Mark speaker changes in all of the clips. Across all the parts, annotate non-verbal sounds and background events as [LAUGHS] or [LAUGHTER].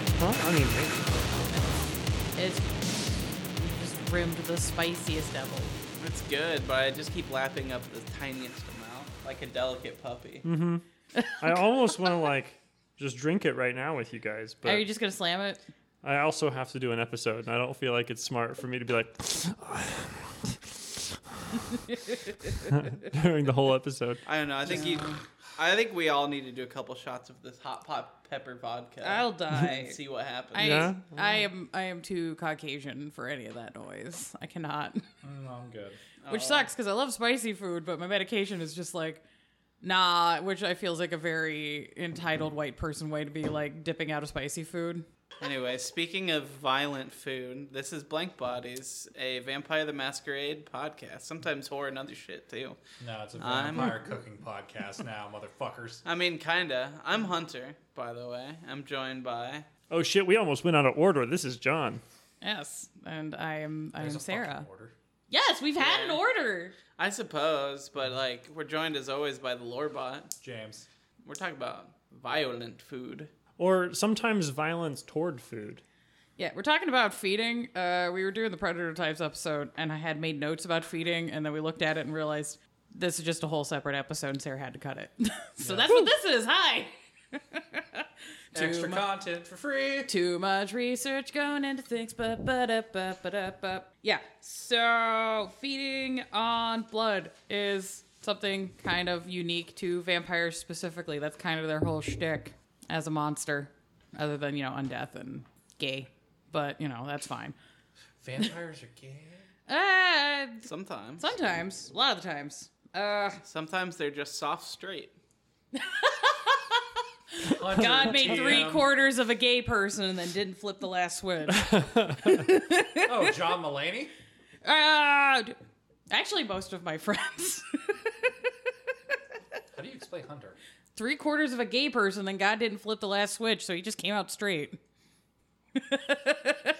Speaker 1: mean, really.
Speaker 2: It's just rimmed the spiciest devil.
Speaker 3: It's good, but I just keep lapping up the tiniest amount, like a delicate puppy.
Speaker 4: Mm.
Speaker 1: I almost want to like just drink it right now with you guys, but
Speaker 2: Are you just gonna slam it?
Speaker 1: I also have to do an episode, and I don't feel like it's smart for me to be like [LAUGHS] during the whole episode.
Speaker 3: I don't know. I think you. I think we all need to do a couple shots of this hot pot pepper vodka. [LAUGHS]
Speaker 4: I'll
Speaker 3: and
Speaker 4: die.
Speaker 3: see what happens.
Speaker 4: I,
Speaker 1: Yeah?
Speaker 4: I am I am too Caucasian for any of that noise. I cannot, [LAUGHS]
Speaker 5: Mm, I'm good.
Speaker 4: which sucks because I love spicy food, but my medication is just like, nah. Which I feels like a very entitled white person way to be like dipping out of spicy food.
Speaker 3: Anyway, speaking of violent food, this is Blank Bodies, a Vampire the Masquerade podcast. Sometimes horror and other shit too.
Speaker 5: No, it's a
Speaker 3: I'm-
Speaker 5: vampire cooking podcast now, motherfuckers.
Speaker 3: I mean, kinda. I'm Hunter, by the way. I'm joined by.
Speaker 1: Oh shit, we almost went out of order. This is John.
Speaker 4: Yes, and I am I
Speaker 5: There's
Speaker 4: am
Speaker 5: a fucking
Speaker 4: Sarah.
Speaker 5: Order.
Speaker 2: Yes, we've had an
Speaker 3: Yeah.
Speaker 2: order.
Speaker 3: I suppose, but like we're joined as always by the Lorebot.
Speaker 5: James.
Speaker 3: We're talking about violent food.
Speaker 1: Or sometimes violence toward food.
Speaker 4: Yeah, we're talking about feeding. Uh, we were doing the predator types episode, and I had made notes about feeding, and then we looked at it and realized this is just a whole separate episode, and Sarah had to cut it. [LAUGHS] so that's what this is. Hi. [LAUGHS]
Speaker 5: Extra
Speaker 4: much.
Speaker 5: content for free.
Speaker 4: Too much research going into things. Ba ba da ba ba da ba. Yeah. So feeding on blood is something kind of unique to vampires specifically. That's kind of their whole shtick as a monster, other than you know undeath and gay. But you know that's fine.
Speaker 5: Vampires are gay.
Speaker 4: Uh,
Speaker 3: Sometimes.
Speaker 4: sometimes, a lot of the times. Uh,
Speaker 3: Sometimes they're just soft straight.
Speaker 4: Oh,
Speaker 5: Hunter,
Speaker 4: God made three
Speaker 5: TM.
Speaker 4: quarters of a gay person and then didn't flip the last switch.
Speaker 5: Oh, John Mulaney.
Speaker 4: Uh, d- actually, most of my friends. [LAUGHS]
Speaker 5: How do you explain Hunter?
Speaker 4: three quarters of a gay person, then God didn't flip the last switch, so he just came out straight.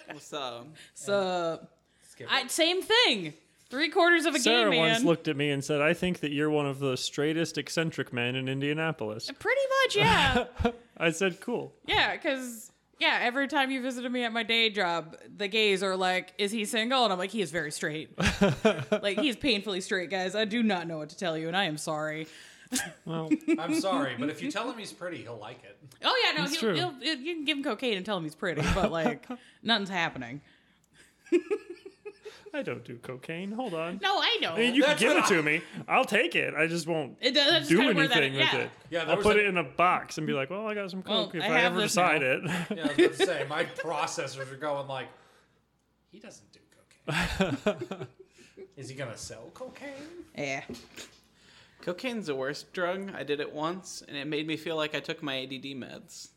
Speaker 3: What's up?
Speaker 4: So,
Speaker 5: Skip
Speaker 4: I, same thing. Three quarters of a
Speaker 1: Sarah
Speaker 4: gay man.
Speaker 1: once looked at me and said, I think that you're one of the straightest eccentric men in Indianapolis.
Speaker 4: Pretty much, yeah.
Speaker 1: [LAUGHS] I said, cool.
Speaker 4: yeah, because, yeah, every time you visited me at my day job, the gays are like, is he single? And I'm like, he is very straight.
Speaker 1: [LAUGHS]
Speaker 4: like, he's painfully straight, guys. I do not know what to tell you, and I am sorry.
Speaker 1: Well,
Speaker 5: I'm sorry, but if you tell him he's pretty, he'll like
Speaker 4: [LAUGHS]
Speaker 5: it.
Speaker 4: Oh, yeah, no,
Speaker 1: That's
Speaker 4: he'll,
Speaker 1: true.
Speaker 4: he'll, you can give him cocaine and tell him he's pretty, but,
Speaker 1: [LAUGHS]
Speaker 4: like, nothing's happening.
Speaker 1: I don't do cocaine. Hold on.
Speaker 4: No, Uh, I know.
Speaker 1: I mean, you can
Speaker 5: That's
Speaker 1: give it
Speaker 5: what I-
Speaker 1: to me. I'll take it. I just won't
Speaker 4: It does- that's
Speaker 1: do
Speaker 4: kinda where that-
Speaker 1: anything with
Speaker 4: yeah.
Speaker 1: it.
Speaker 5: Yeah, there
Speaker 1: I'll
Speaker 5: was
Speaker 1: put
Speaker 5: a-
Speaker 1: it in a box and be like, well, I got some
Speaker 4: Well,
Speaker 1: coke if
Speaker 4: I
Speaker 1: I,
Speaker 4: have
Speaker 1: ever
Speaker 4: this
Speaker 1: decide
Speaker 4: now.
Speaker 1: it.
Speaker 5: Yeah, I was about to say my processors are going like, he doesn't do cocaine.
Speaker 4: [LAUGHS]
Speaker 5: Is he gonna sell cocaine?
Speaker 4: yeah.
Speaker 3: Cocaine's the worst drug. I did it once, and it made me feel like I took my ADD meds.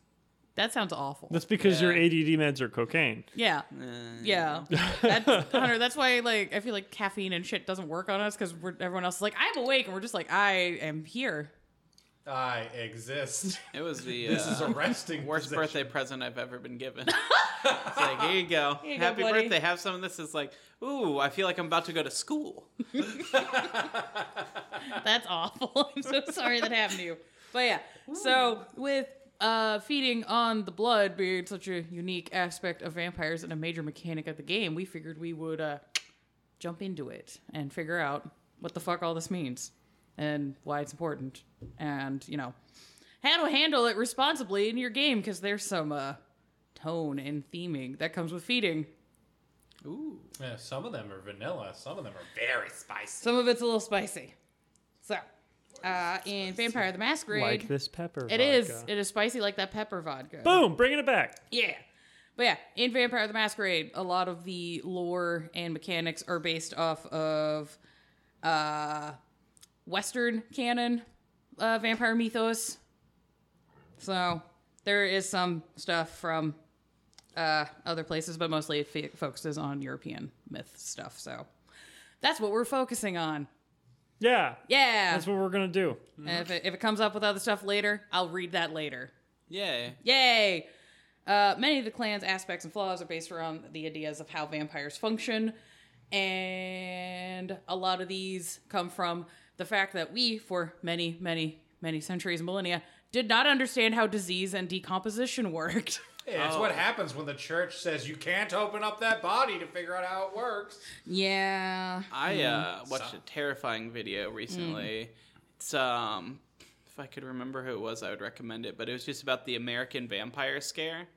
Speaker 4: That sounds awful.
Speaker 1: [LAUGHS] That's because your
Speaker 3: Yeah.
Speaker 1: ADD meds are cocaine.
Speaker 4: Yeah. Yeah. That's, Hunter, that's why like I feel like caffeine and shit doesn't work on us because we're everyone else is like, I'm awake and we're just like, I am here.
Speaker 5: I exist.
Speaker 3: It was the
Speaker 5: This is
Speaker 3: uh,
Speaker 5: a resting
Speaker 3: worst
Speaker 5: position.
Speaker 3: birthday present I've ever
Speaker 4: [LAUGHS]
Speaker 3: been given. it's like, here you go.
Speaker 4: you go,
Speaker 3: Happy
Speaker 4: buddy."
Speaker 3: birthday. Have some of this. It's like, ooh, I feel like I'm about to go to school.
Speaker 4: That's awful. [LAUGHS] I'm so sorry that happened to you. But yeah. So with uh, feeding on the blood being such a unique aspect of vampires and a major mechanic of the game, we figured we would uh, jump into it and figure out what the fuck all this means and why it's important and you know how to handle it responsibly in your game because there's some uh, tone and theming that comes with feeding.
Speaker 3: Ooh.
Speaker 5: Yeah, some of them are vanilla. Some of them are very spicy.
Speaker 4: Some of it's a little spicy. So, uh, in Vampire the Masquerade,
Speaker 1: Like this pepper.
Speaker 4: It is.
Speaker 1: vodka.
Speaker 4: It is spicy like that pepper vodka.
Speaker 1: Boom, bringing it back.
Speaker 4: yeah. But yeah, in Vampire the Masquerade, a lot of the lore and mechanics are based off of uh, Western canon uh, vampire mythos. So there is some stuff from uh, other places, but mostly it f- focuses on European myth stuff. So that's what we're focusing on.
Speaker 1: Yeah.
Speaker 4: Yeah.
Speaker 1: That's what we're going to do.
Speaker 4: And if, it, if it comes up with other stuff later, I'll read that later.
Speaker 3: Yay.
Speaker 4: Yay! Uh, many of the clan's aspects and flaws are based around the ideas of how vampires function, and a lot of these come from the fact that we, for many, many, many centuries, millennia, did not understand how disease and decomposition worked. [LAUGHS]
Speaker 5: Yeah,
Speaker 1: Oh.
Speaker 5: it's what happens when the church says you can't open up that body to figure out how it works.
Speaker 4: Yeah.
Speaker 3: I
Speaker 4: Mm-hmm.
Speaker 3: uh, watched
Speaker 5: So-
Speaker 3: a terrifying
Speaker 4: Mm.
Speaker 3: video recently. It's um, if I could remember who it was, I would recommend it. But it was just about the American vampire scare.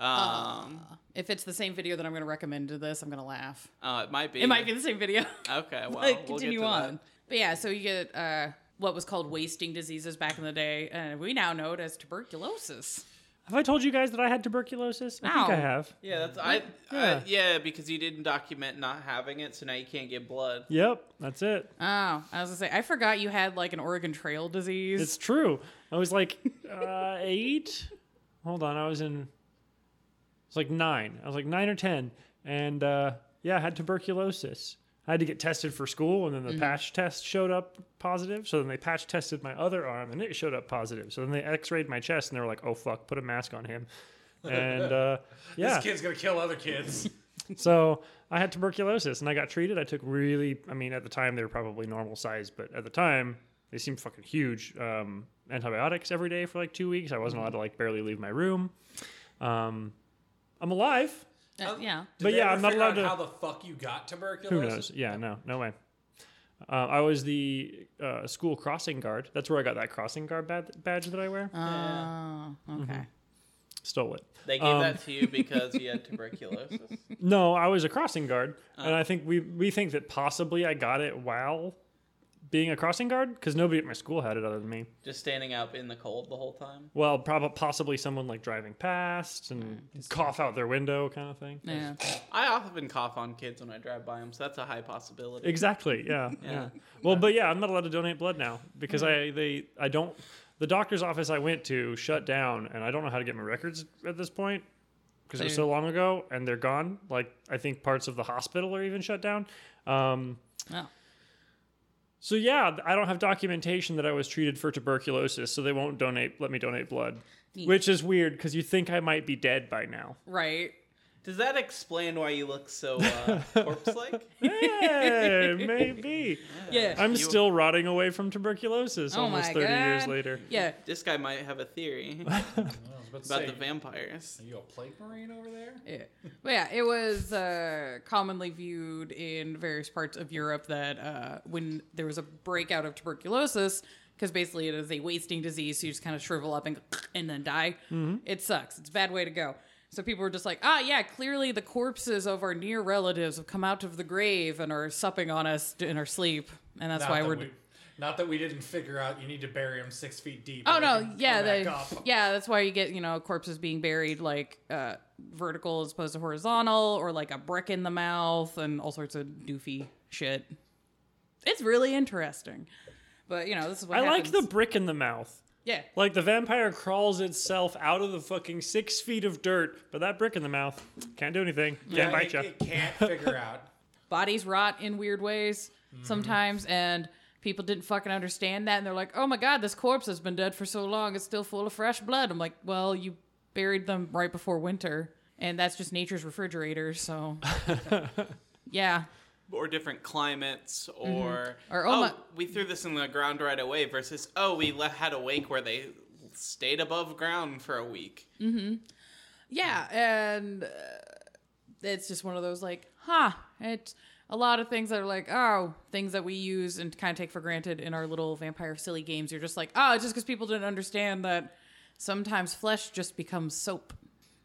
Speaker 3: Um,
Speaker 4: If it's the same video that I'm going to recommend to this, I'm going to laugh.
Speaker 3: uh, it might be.
Speaker 4: It might be the same video. [LAUGHS]
Speaker 3: Okay, well,
Speaker 4: like,
Speaker 3: we'll
Speaker 4: continue
Speaker 3: get to
Speaker 4: on.
Speaker 3: That.
Speaker 4: But yeah, so you get uh, what was called wasting diseases back in the day, and we now know it as tuberculosis.
Speaker 1: Have I told you guys that I had tuberculosis? I think
Speaker 4: Ow.
Speaker 1: I have.
Speaker 3: Yeah, that's I, yeah.
Speaker 1: Yeah.
Speaker 3: I. Yeah, because you didn't document not having it, so now you can't get blood.
Speaker 1: Yep, that's it.
Speaker 4: Oh, I was gonna say I forgot you had like an Oregon Trail disease.
Speaker 1: It's true. I was like uh, eight. Hold on, I was in. It's like nine. I was like nine or ten, and uh, yeah, I had tuberculosis. I had to get tested for school, and then the patch test showed up positive. So then they patch tested my other arm, and it showed up positive. So then they X-rayed my chest, and they were like, "Oh fuck, put a mask on him." And uh, yeah,
Speaker 5: This kid's gonna kill
Speaker 1: [LAUGHS]
Speaker 5: other kids.
Speaker 1: so I had tuberculosis and I got treated. I took really, I mean, at the time they were probably normal size, but at the time they seemed fucking huge. Um, antibiotics every day for like two weeks. I wasn't allowed to like barely leave my room. Um, I'm alive.
Speaker 4: Uh, yeah.
Speaker 5: Did
Speaker 1: But
Speaker 5: they
Speaker 1: yeah,
Speaker 5: ever
Speaker 1: I'm not
Speaker 5: figure
Speaker 1: allowed
Speaker 5: out
Speaker 1: to-
Speaker 5: How the fuck you got
Speaker 1: Who knows?
Speaker 5: tuberculosis?
Speaker 1: Yeah, no, no way. Uh, I was the uh, school crossing guard. That's where I got that crossing guard bad- badge that I wear.
Speaker 3: Uh.
Speaker 4: Oh, okay.
Speaker 1: Stole it.
Speaker 3: They gave that to you because you had tuberculosis.
Speaker 1: No, I was a crossing guard, and I think we we think that possibly I got it while being a crossing guard because nobody at my school had it other than me.
Speaker 3: Just standing out in the cold the whole time.
Speaker 1: Well, probably possibly someone like driving past and cough out their window kind of thing.
Speaker 4: Yeah.
Speaker 3: I often cough on kids when I drive by them, so that's a high possibility.
Speaker 1: Exactly. Yeah. [LAUGHS] Yeah. Well, but yeah, I'm not allowed to donate blood now because I they I don't the doctor's office I went to shut down and I don't know how to get my records at this point because it was
Speaker 4: They-
Speaker 1: so long ago and they're gone. Like I think parts of the hospital are even shut down. Um,
Speaker 4: Oh.
Speaker 1: So yeah, th- I don't have documentation that I was treated for tuberculosis, so they won't donate let me donate blood.
Speaker 4: Neat.
Speaker 1: Which is weird because you think I might be dead by now. [LAUGHS]
Speaker 4: Right.
Speaker 3: Does that explain why you look so uh, corpse-like?
Speaker 1: hey, [LAUGHS] maybe.
Speaker 4: Yeah.
Speaker 1: I'm
Speaker 3: You-
Speaker 1: still rotting away from tuberculosis
Speaker 4: Oh
Speaker 1: almost
Speaker 4: my
Speaker 1: 30 years
Speaker 4: God.
Speaker 1: later.
Speaker 4: yeah.
Speaker 3: This guy might have a theory
Speaker 5: I was about to
Speaker 3: about
Speaker 5: say,
Speaker 3: the vampires.
Speaker 5: Are you a plague marine over there?
Speaker 4: Yeah. But yeah, it was uh, commonly viewed in various parts of Europe that uh, when there was a breakout of tuberculosis, because basically it is a wasting disease, so you just kind of shrivel up and, [SNIFFS] and then die. It sucks. It's a bad way to go. So people were just like, ah, yeah, clearly the corpses of our near relatives have come out of the grave and are supping on us in our sleep. And that's
Speaker 5: Not
Speaker 4: why
Speaker 5: that
Speaker 4: we're.
Speaker 5: we- not that we didn't figure out you need to bury him six feet deep.
Speaker 4: Oh
Speaker 5: and they
Speaker 4: no,
Speaker 5: can
Speaker 4: yeah,
Speaker 5: come back
Speaker 4: they,
Speaker 5: up.
Speaker 4: yeah, that's why you get you know corpses being buried like uh, vertical as opposed to horizontal, or like a brick in the mouth, and all sorts of doofy shit. It's really interesting, but you know this is what
Speaker 1: I like the
Speaker 4: happens.
Speaker 1: brick in the mouth.
Speaker 4: yeah.
Speaker 1: Like the vampire crawls itself out of the fucking six feet of dirt, but that brick in the mouth can't do anything. Can't
Speaker 5: Yeah,
Speaker 1: bite
Speaker 5: it,
Speaker 1: you.
Speaker 5: it can't figure out.
Speaker 4: bodies rot in weird ways sometimes and people didn't fucking understand that and they're like oh my god this corpse has been dead for so long it's still full of fresh blood i'm like well you buried them right before winter and that's just nature's refrigerator
Speaker 1: [LAUGHS]
Speaker 4: so yeah
Speaker 3: Or different climates, or,
Speaker 4: Or,
Speaker 3: oh,
Speaker 4: oh my-
Speaker 3: we threw this in the ground right away versus, oh, we le- had a wake where they stayed above ground for a week.
Speaker 4: yeah and uh, it's just one of those like huh it's a lot of things that are like oh things that we use and kind of take for granted in our little vampire silly games you're just like oh it's just because people didn't understand that sometimes flesh just becomes soap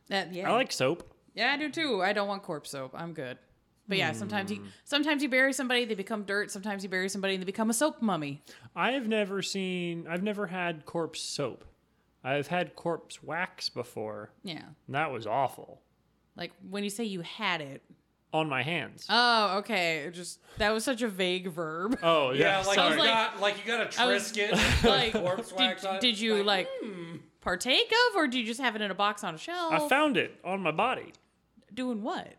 Speaker 4: that yeah
Speaker 1: I like soap.
Speaker 4: Yeah, I do too. I don't want corpse soap. I'm good. But yeah, sometimes you sometimes you bury somebody, they become dirt. Sometimes you bury somebody and they become a soap mummy.
Speaker 1: I've never seen, I've never had corpse soap. I've had corpse wax before,
Speaker 4: Yeah.
Speaker 1: and that was awful.
Speaker 4: Like when you say you had it.
Speaker 1: On my hands.
Speaker 4: Oh, okay. It just that was such a vague verb.
Speaker 1: oh, [LAUGHS] yeah.
Speaker 5: Yeah, like
Speaker 1: sorry.
Speaker 5: you
Speaker 4: like-
Speaker 5: got like you got a
Speaker 4: I was-
Speaker 5: Trisket,
Speaker 4: [LAUGHS] like
Speaker 5: corpse wax on
Speaker 4: did,
Speaker 5: it.
Speaker 4: did you like hmm. partake of or do you just have it in a box on a shelf?
Speaker 1: I found it on my body,
Speaker 4: Doing what?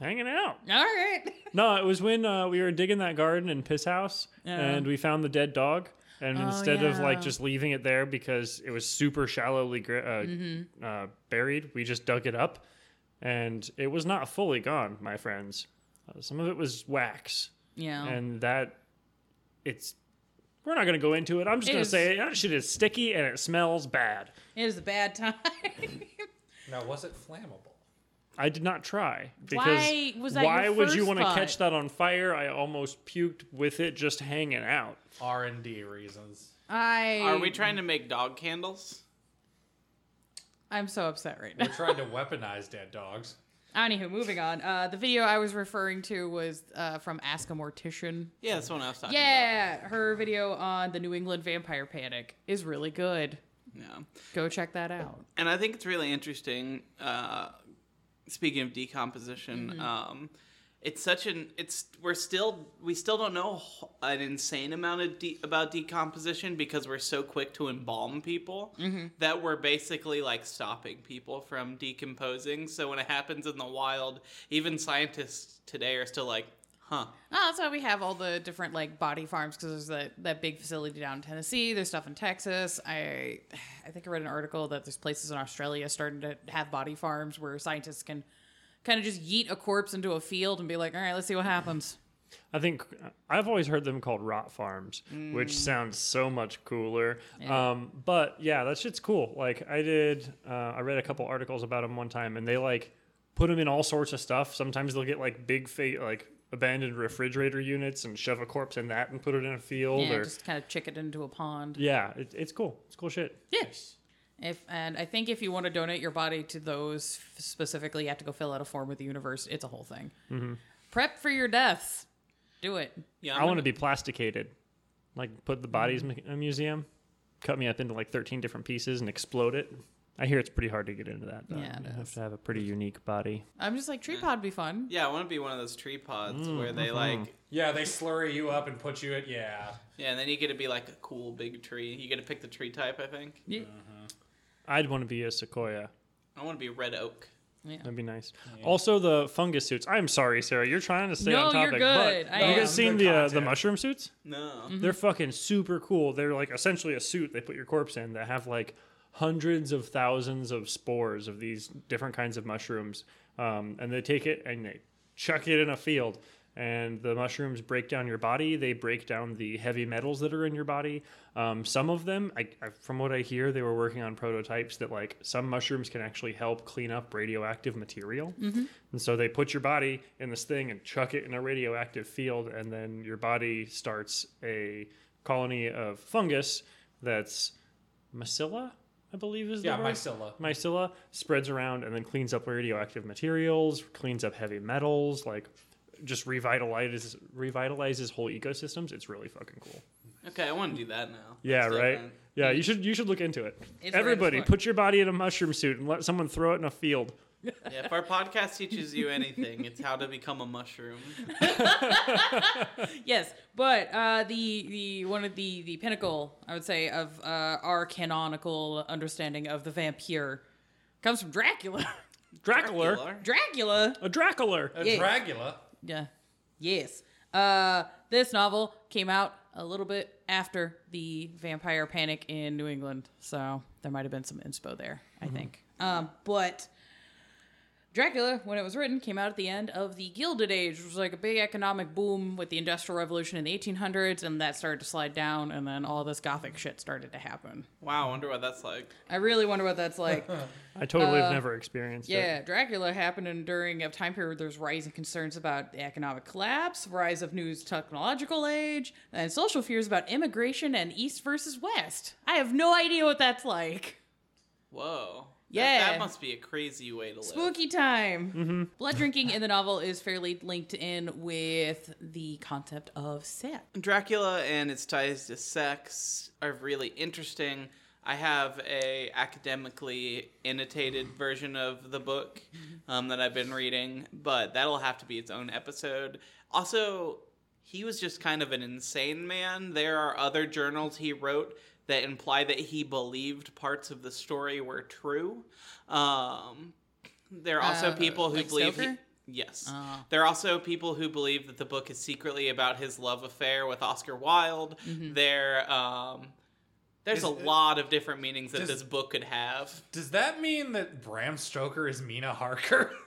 Speaker 1: hanging out.
Speaker 4: All right.
Speaker 1: No, it was when uh, we were digging that garden in Piss House
Speaker 4: Yeah.
Speaker 1: and we found the dead dog. And
Speaker 2: Oh,
Speaker 1: instead of like
Speaker 4: yeah.
Speaker 1: just leaving it there because it was super shallowly gr- uh,
Speaker 2: Mm-hmm.
Speaker 1: uh, buried, we just dug it up and it was not fully gone, my friends. Uh, some of it was wax.
Speaker 4: [LAUGHS]
Speaker 2: Oh.
Speaker 4: Yeah.
Speaker 1: And that, it's, we're not going to go into it. I'm just
Speaker 4: It
Speaker 1: going to
Speaker 4: is-
Speaker 1: say that shit is sticky and it smells bad.
Speaker 4: It is a bad time.
Speaker 5: Now, was it flammable?
Speaker 1: I did not try because
Speaker 2: Why was that
Speaker 1: why
Speaker 2: your
Speaker 1: would you
Speaker 2: first
Speaker 1: want to
Speaker 2: thought?
Speaker 1: catch that on fire? I almost puked with it just hanging out.
Speaker 5: R and D reasons.
Speaker 4: [LAUGHS] I
Speaker 3: Are we trying to make dog candles?
Speaker 4: I'm so upset right now.
Speaker 5: We're trying to weaponize dead dogs.
Speaker 4: Anywho, moving on. Uh, the video I was referring to was uh, from Ask a Mortician.
Speaker 3: Yeah, that's what I was talking
Speaker 4: Yeah, her video on the New England vampire panic is really good.
Speaker 3: about. Yeah.
Speaker 4: Go check that out.
Speaker 3: and I think it's really interesting. Uh, speaking of decomposition, um, it's such an it's we're still we still don't know h- an insane amount of de- about decomposition because we're so quick to embalm people that we're basically like stopping people from decomposing. So when it happens in the wild, even scientists today are still like, "Huh."
Speaker 4: Oh, that's why we have all the different like body farms because there's that, that big facility down in Tennessee. There's stuff in Texas. I I think I read an article that there's places in Australia starting to have body farms where scientists can kind of just yeet a corpse into a field and be like, all right, let's see what happens.
Speaker 1: I think uh, I've always heard them called rot farms,
Speaker 4: Mm.
Speaker 1: which sounds so much cooler. Um, but yeah, that shit's cool. Like I did, uh, I read a couple articles about them one time, and they like put them in all sorts of stuff. Sometimes they'll get like big fate like abandoned refrigerator units and shove a corpse in that and put it in a field.
Speaker 4: Yeah,
Speaker 1: or,
Speaker 4: just kind of chick it into a pond.
Speaker 1: yeah, it, it's cool. It's cool shit.
Speaker 4: Yes. If and I think if you want to donate your body to those f- specifically, you have to go fill out a form with the universe. It's a whole thing. Prep for your deaths. Do it.
Speaker 3: Yeah,
Speaker 1: I want to be plasticated, like put the bodies in a museum, cut me up into like thirteen different pieces and explode it. I hear it's pretty hard to get into that. Though.
Speaker 4: Yeah, it
Speaker 1: you have
Speaker 4: is.
Speaker 1: to have a pretty unique body.
Speaker 4: I'm just like tree pod be fun.
Speaker 3: Yeah, I want to be one of those tree pods
Speaker 1: Mm,
Speaker 3: where they
Speaker 1: mm-hmm.
Speaker 3: like.
Speaker 5: Yeah, they slurry you up and put you at yeah.
Speaker 3: Yeah, and then you get to be like a cool big tree. You get to pick the tree type, I think.
Speaker 4: Yeah.
Speaker 1: I'd want to be a sequoia.
Speaker 3: I want to be red oak.
Speaker 1: That'd be nice. Also, the fungus suits. I'm sorry, Sarah. You're trying to stay
Speaker 4: No,
Speaker 1: on
Speaker 4: you're
Speaker 1: topic.
Speaker 4: good.
Speaker 1: But
Speaker 4: I
Speaker 1: have you
Speaker 4: am.
Speaker 1: guys seen
Speaker 5: Good
Speaker 1: the uh, the
Speaker 5: content.
Speaker 1: mushroom suits?
Speaker 3: No.
Speaker 1: They're fucking super cool. They're like essentially a suit they put your corpse in that have like hundreds of thousands of spores of these different kinds of mushrooms. Um, and they take it and they chuck it in a field. And the mushrooms break down your body. They break down the heavy metals that are in your body. Um, some of them, I, I, from what I hear, they were working on prototypes that like some mushrooms can actually help clean up radioactive material. And so they put your body in this thing and chuck it in a radioactive field, and then your body starts a colony of fungus that's mycilla, I believe is the
Speaker 5: Yeah,
Speaker 1: word.
Speaker 5: mycilla.
Speaker 1: Mycilla spreads around and then cleans up radioactive materials, cleans up heavy metals, like just revitalizes revitalizes whole ecosystems. It's really fucking cool.
Speaker 3: Okay, I want to do that now.
Speaker 1: Yeah,
Speaker 3: That's
Speaker 1: right.
Speaker 3: different.
Speaker 1: Yeah, you should you should look into it.
Speaker 4: It's
Speaker 1: Everybody,
Speaker 4: right as fuck.
Speaker 1: put your body in a mushroom suit and let someone throw it in a field.
Speaker 3: Yeah, if our podcast teaches you anything, it's how to become a
Speaker 1: [LAUGHS]
Speaker 3: mushroom.
Speaker 4: Yes, but uh, the the one of the the pinnacle I would say of uh, our canonical understanding of the vampire comes from Dracula. [LAUGHS]
Speaker 1: Dracula,
Speaker 4: Dracula
Speaker 3: Dracula.
Speaker 1: a Dracula.
Speaker 5: A
Speaker 4: Yeah.
Speaker 5: Dragula.
Speaker 4: Yeah. Yes. Uh, this novel came out a little bit after the vampire panic in New England, so there might have been some inspo there, I think. Um, but Dracula, when it was written, came out at the end of the Gilded Age, which was like a big economic boom with the Industrial Revolution in the 1800s, and that started to slide down, and then all this gothic shit started to happen.
Speaker 3: Wow, I wonder what that's like.
Speaker 4: I really wonder what that's like.
Speaker 1: I totally have never experienced it.
Speaker 4: Uh, Yeah, Dracula happened in, during a time period where there's rising concerns about the economic collapse, rise of new technological age, and social fears about immigration and East versus West. I have no idea what that's like.
Speaker 3: Whoa. That-
Speaker 4: Yeah.
Speaker 3: That, must be a crazy way to live.
Speaker 4: Spooky time. Blood drinking in the novel is fairly linked in with the concept of sex.
Speaker 3: Dracula and its ties to sex are really interesting. I have a academically annotated version of the book um, that I've been reading, but that'll have to be its own episode. Also, he was just kind of an insane man. There are other journals he wrote that imply that he believed parts of the story were true. Um, there are also
Speaker 4: Uh,
Speaker 3: people who
Speaker 4: like
Speaker 3: believe.
Speaker 4: Stoker?
Speaker 3: He, Yes. There are also people who believe that the book is secretly about his love affair with Oscar Wilde. There, um, there's
Speaker 5: Is
Speaker 3: a
Speaker 5: it-
Speaker 3: lot of different meanings that
Speaker 5: Does-
Speaker 3: this book could have.
Speaker 5: Does that mean that Bram Stoker is Mina Harker? [LAUGHS]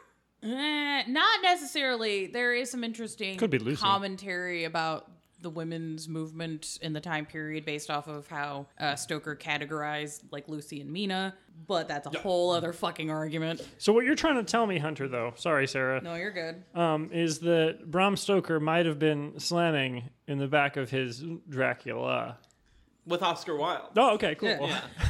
Speaker 4: Eh, not necessarily. There is some interesting
Speaker 1: Could be Lucy.
Speaker 4: commentary about the women's movement in the time period based off of how uh, Stoker categorized like Lucy and Mina, but that's a whole other fucking argument.
Speaker 1: So what you're trying to tell me, Hunter, though, sorry, Sarah,
Speaker 4: No, you're good.
Speaker 1: um, is that Bram Stoker might have been slamming in the back of his Dracula.
Speaker 3: with Oscar Wilde.
Speaker 1: Oh, okay, cool.
Speaker 4: Yeah.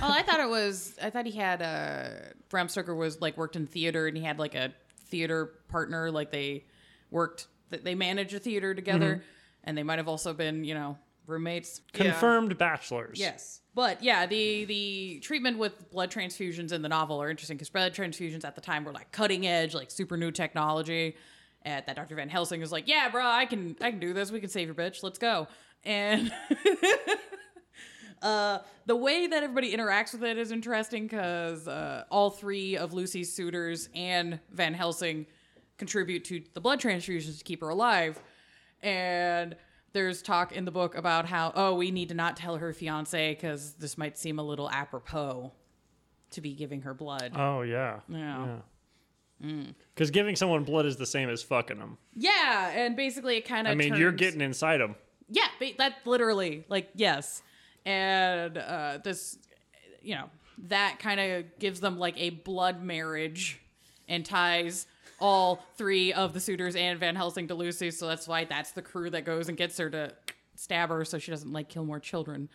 Speaker 4: Well, I thought it was. I thought he had uh, Bram Stoker was like worked in theater and he had like a theater partner. Like they worked, th- they managed a theater together,
Speaker 1: Mm-hmm.
Speaker 4: and they might have also been, you know, roommates.
Speaker 1: Confirmed bachelors.
Speaker 4: Yes, but yeah, the the treatment with blood transfusions in the novel are interesting because blood transfusions at the time were like cutting edge, like super new technology. At that, Dr. Van Helsing was like, "Yeah, bro, I can I can do this. We can save your bitch. Let's go." And [LAUGHS] uh, the way that everybody interacts with it is interesting because uh, all three of Lucy's suitors and Van Helsing contribute to the blood transfusions to keep her alive. And there's talk in the book about how, oh, we need to not tell her fiance because this might seem a little apropos to be giving her blood.
Speaker 1: Oh yeah.
Speaker 4: Yeah.
Speaker 1: Because giving someone blood is the same as fucking them.
Speaker 4: yeah, and basically it kind of.
Speaker 1: I mean, you're getting inside them.
Speaker 4: Yeah, ba- that literally, like, yes. And uh, this, you know, that kind of gives them like a blood marriage and ties all three of the suitors and Van Helsing to Lucy. So that's why that's the crew that goes and gets her to stab her so she doesn't like kill more children.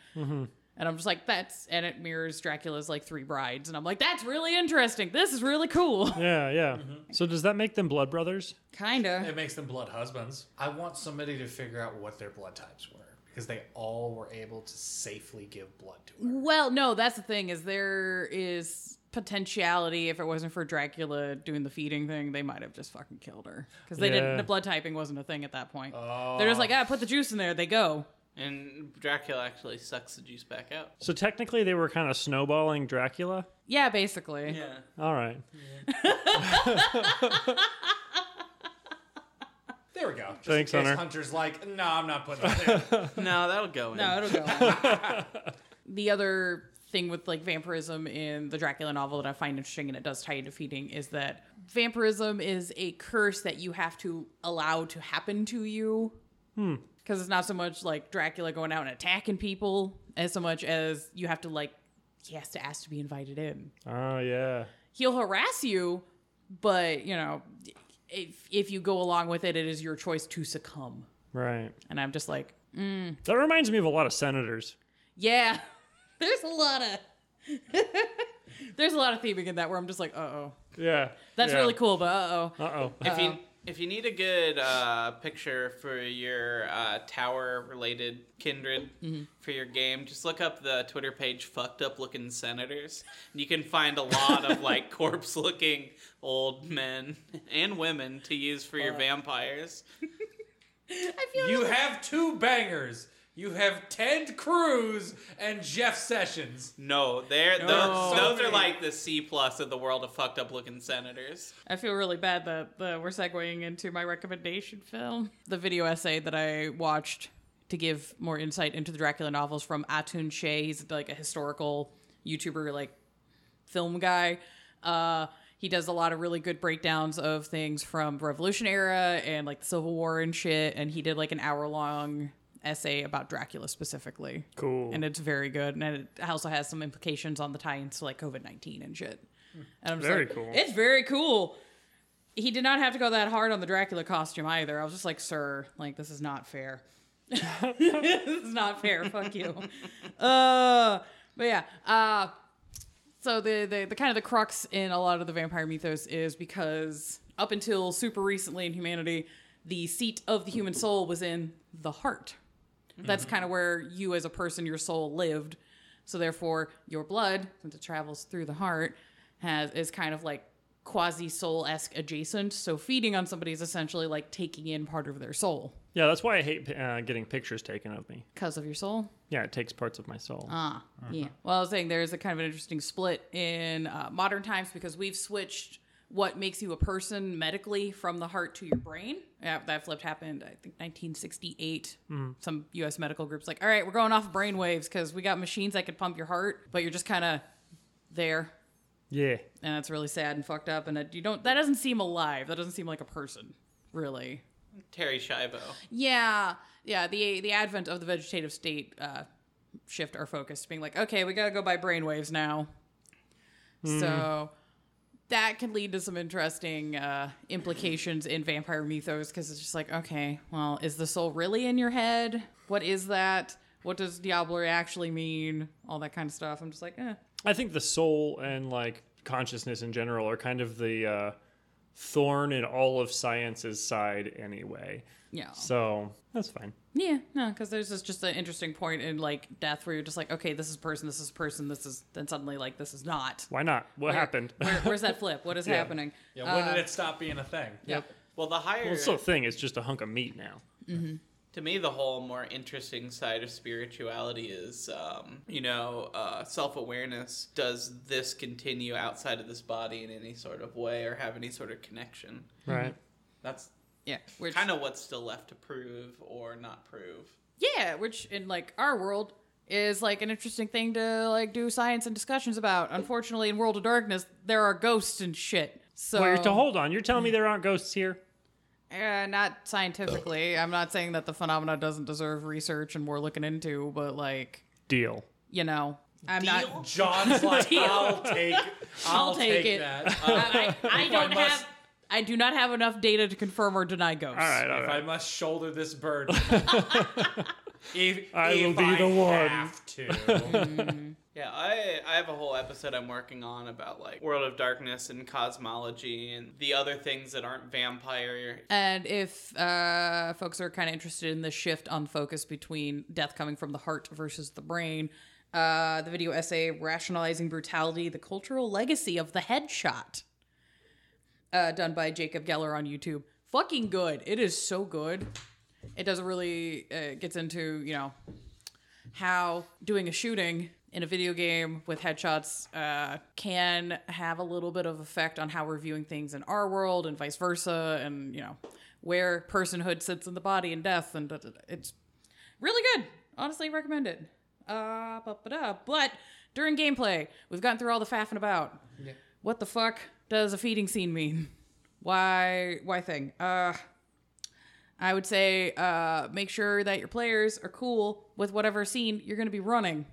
Speaker 4: And I'm just like, that's, and it mirrors Dracula's like three brides. And I'm like, that's really interesting. This is really cool.
Speaker 1: Yeah, yeah.
Speaker 4: Mm-hmm.
Speaker 1: So does that make them blood brothers?
Speaker 4: Kind of.
Speaker 5: It makes them blood husbands. I want somebody to figure out what their blood types were because they all were able to safely give blood to her.
Speaker 4: Well, no, that's the thing is there is potentiality. If it wasn't for Dracula doing the feeding thing, they might have just fucking killed her because they
Speaker 1: Yeah.
Speaker 4: didn't. The blood typing wasn't a thing at that point. They're just like, ah, put the juice in there. They go.
Speaker 3: And Dracula actually sucks the juice back out.
Speaker 1: So technically, they were kind of snowballing Dracula.
Speaker 4: Yeah, basically.
Speaker 3: Yeah.
Speaker 1: All right.
Speaker 4: Mm-hmm.
Speaker 5: There we go. Just
Speaker 1: Thanks,
Speaker 5: in case
Speaker 1: Hunter.
Speaker 5: Hunter's like, no, I'm not putting that in.
Speaker 3: No, that'll go in.
Speaker 4: No, it'll go. the other thing with like vampirism in the Dracula novel that I find interesting and it does tie into feeding is that vampirism is a curse that you have to allow to happen to you. Because it's not so much like Dracula going out and attacking people as so much as you have to like he has to ask to be invited in.
Speaker 1: Oh yeah.
Speaker 4: He'll harass you, but you know if if you go along with it, it is your choice to succumb.
Speaker 1: Right.
Speaker 4: And I'm just like,
Speaker 1: That reminds me of a lot of senators.
Speaker 4: Yeah. [LAUGHS] There's a lot of [LAUGHS] There's a lot of theming in that where I'm just like, uh oh.
Speaker 1: Yeah.
Speaker 4: That's really cool, but uh oh.
Speaker 1: Uh oh.
Speaker 3: If you if you need a good uh, picture for your uh, tower related kindred for your game, just look up the Twitter page "fucked up looking senators," and you can find a lot of like corpse looking old men and women to use for your vampires.
Speaker 4: I
Speaker 5: [LAUGHS]
Speaker 4: feel
Speaker 5: You have two bangers. You have Ted Cruz and Jeff Sessions.
Speaker 3: No, they're
Speaker 5: so
Speaker 3: those, those are
Speaker 5: many.
Speaker 3: like the C plus of the world of fucked up looking senators.
Speaker 4: I feel really bad that, that we're segueing into my recommendation film. The video essay that I watched to give more insight into the Dracula novels from Atun Shea. He's like a historical YouTuber, like film guy. Uh, he does a lot of really good breakdowns of things from Revolution era and like the Civil War and shit. And he did like an hour long essay about Dracula specifically.
Speaker 1: Cool.
Speaker 4: And it's very good. And it also has some implications on the tie ins to like COVID 19 and shit. And I'm just
Speaker 1: Very
Speaker 4: like,
Speaker 1: cool.
Speaker 4: It's very cool. He did not have to go that hard on the Dracula costume either. I was just like, sir, like, this is not fair. [LAUGHS] this is not fair. Fuck you. Uh, but yeah. Uh, so the, the the kind of the crux in a lot of the vampire mythos is because up until super recently in humanity, the seat of the human soul was in the heart. That's kind of where you as a person, your soul lived. So therefore, your blood, since it travels through the heart, has is kind of like quasi soul esque adjacent. So feeding on somebody is essentially like taking in part of their soul
Speaker 1: Yeah, that's why I hate uh, getting pictures taken of me.
Speaker 4: because of your soul.
Speaker 1: Yeah, it takes parts of my soul.
Speaker 4: Ah, yeah. Well, I was saying there's a kind of an interesting split in uh, modern times because we've switched what makes you a person medically from the heart to your brain. Yeah, that flipped happened, I think, 1968. Some U.S. medical groups like, all right, we're going off brain waves because we got machines that could pump your heart, but you're just kind of there.
Speaker 1: yeah.
Speaker 4: And that's really sad and fucked up. And that you don't, that doesn't seem alive. That doesn't seem like a person, really.
Speaker 3: Terry Schiavo.
Speaker 4: Yeah, yeah. The the advent of the vegetative state uh, shift our focus to being like, okay, we gotta go by brainwaves now. So that can lead to some interesting uh, implications in vampire mythos because it's just like, okay, well, is the soul really in your head? What is that? What does Diablerie actually mean? All that kind of stuff. I'm just like, eh.
Speaker 1: I think the soul and like consciousness in general are kind of the uh, thorn in all of science's side anyway.
Speaker 4: Yeah.
Speaker 1: So that's fine.
Speaker 4: Yeah, no, because there's this just an interesting point in like death where you're just like, okay, this is person, this is person, this is, then suddenly like this is not.
Speaker 1: Why not? What
Speaker 4: Where-
Speaker 1: happened? [LAUGHS]
Speaker 4: where- where's that flip? What is happening?
Speaker 5: Yeah, when
Speaker 4: Uh,
Speaker 5: did it stop being a thing?
Speaker 4: Yep.
Speaker 3: Well, the higher
Speaker 1: Well, it's still a thing. It's just a hunk of meat now.
Speaker 3: to me the whole more interesting side of spirituality is um, you know uh, self-awareness does this continue outside of this body in any sort of way or have any sort of connection
Speaker 1: Right.
Speaker 3: that's
Speaker 4: Yeah. Which,
Speaker 3: kind of what's still left to prove or not prove
Speaker 4: yeah, which in like our world is like an interesting thing to like do science and discussions about. Unfortunately, in World of Darkness, there are ghosts and shit. So
Speaker 1: Well, you're to hold on. You're telling me there aren't ghosts here?
Speaker 4: Uh, not scientifically. I'm not saying that the phenomena doesn't deserve research and we're looking into, but like,
Speaker 1: Deal.
Speaker 4: you know, I'm not.
Speaker 5: John's [LAUGHS] like, I'll take, I'll,
Speaker 4: take
Speaker 5: take,
Speaker 4: it.
Speaker 5: that. [LAUGHS]
Speaker 4: I, I don't
Speaker 5: must-
Speaker 4: have. I do not have enough data to confirm or deny ghosts.
Speaker 1: All right. All
Speaker 5: if I
Speaker 1: right.
Speaker 5: must shoulder
Speaker 1: [LAUGHS]
Speaker 5: this burden, if,
Speaker 1: I will
Speaker 5: if
Speaker 1: be
Speaker 5: I
Speaker 1: the one.
Speaker 5: Have to.
Speaker 3: yeah I, I have a whole episode i'm working on about like world of darkness and cosmology and the other things that aren't vampire
Speaker 4: And if uh, folks are kind of interested in the shift on focus between death coming from the heart versus the brain, uh, the video essay "Rationalizing Brutality: The Cultural Legacy of the Headshot," uh, done by Jacob Geller on YouTube, fucking good. It is so good. It does a really uh, gets into you know how doing a shooting in a video game with headshots uh, can have a little bit of effect on how we're viewing things in our world and vice versa and you know where personhood sits in the body and death and da, da, da. it's really good honestly recommend it uh, ba, ba, da. but during gameplay we've gotten through all the faffing about what the fuck does a feeding scene mean why why thing uh I would say uh, make sure that your players are cool with whatever scene you're going to be running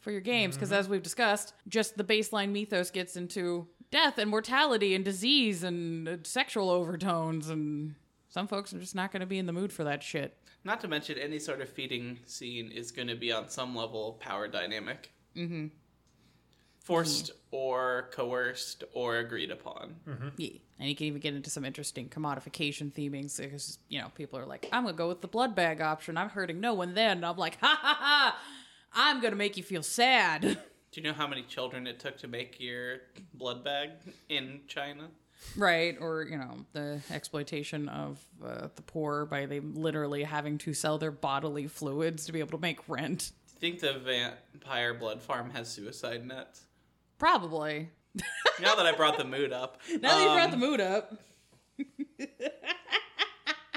Speaker 4: for your games, because as we've discussed, just the baseline mythos gets into death and mortality and disease and uh, sexual overtones, and some folks are just not going to be in the mood for that shit.
Speaker 3: not to mention any sort of feeding scene is going to be on some level power dynamic mm-hmm. forced or coerced or agreed upon
Speaker 4: Yeah. And you can even get into some interesting commodification themings because, you know, people are like, I'm going to go with the blood bag option. I'm hurting no one then. And I'm like, ha ha ha, I'm going to make you feel sad. [LAUGHS]
Speaker 3: Do you know how many children it took to make your blood bag in China?
Speaker 4: right or you know the exploitation of uh, the poor by them literally having to sell their bodily fluids to be able to make rent
Speaker 3: Do you think the vampire blood farm has suicide nets?
Speaker 4: probably
Speaker 3: Now that I brought the mood up,
Speaker 4: now that you brought the mood up [LAUGHS]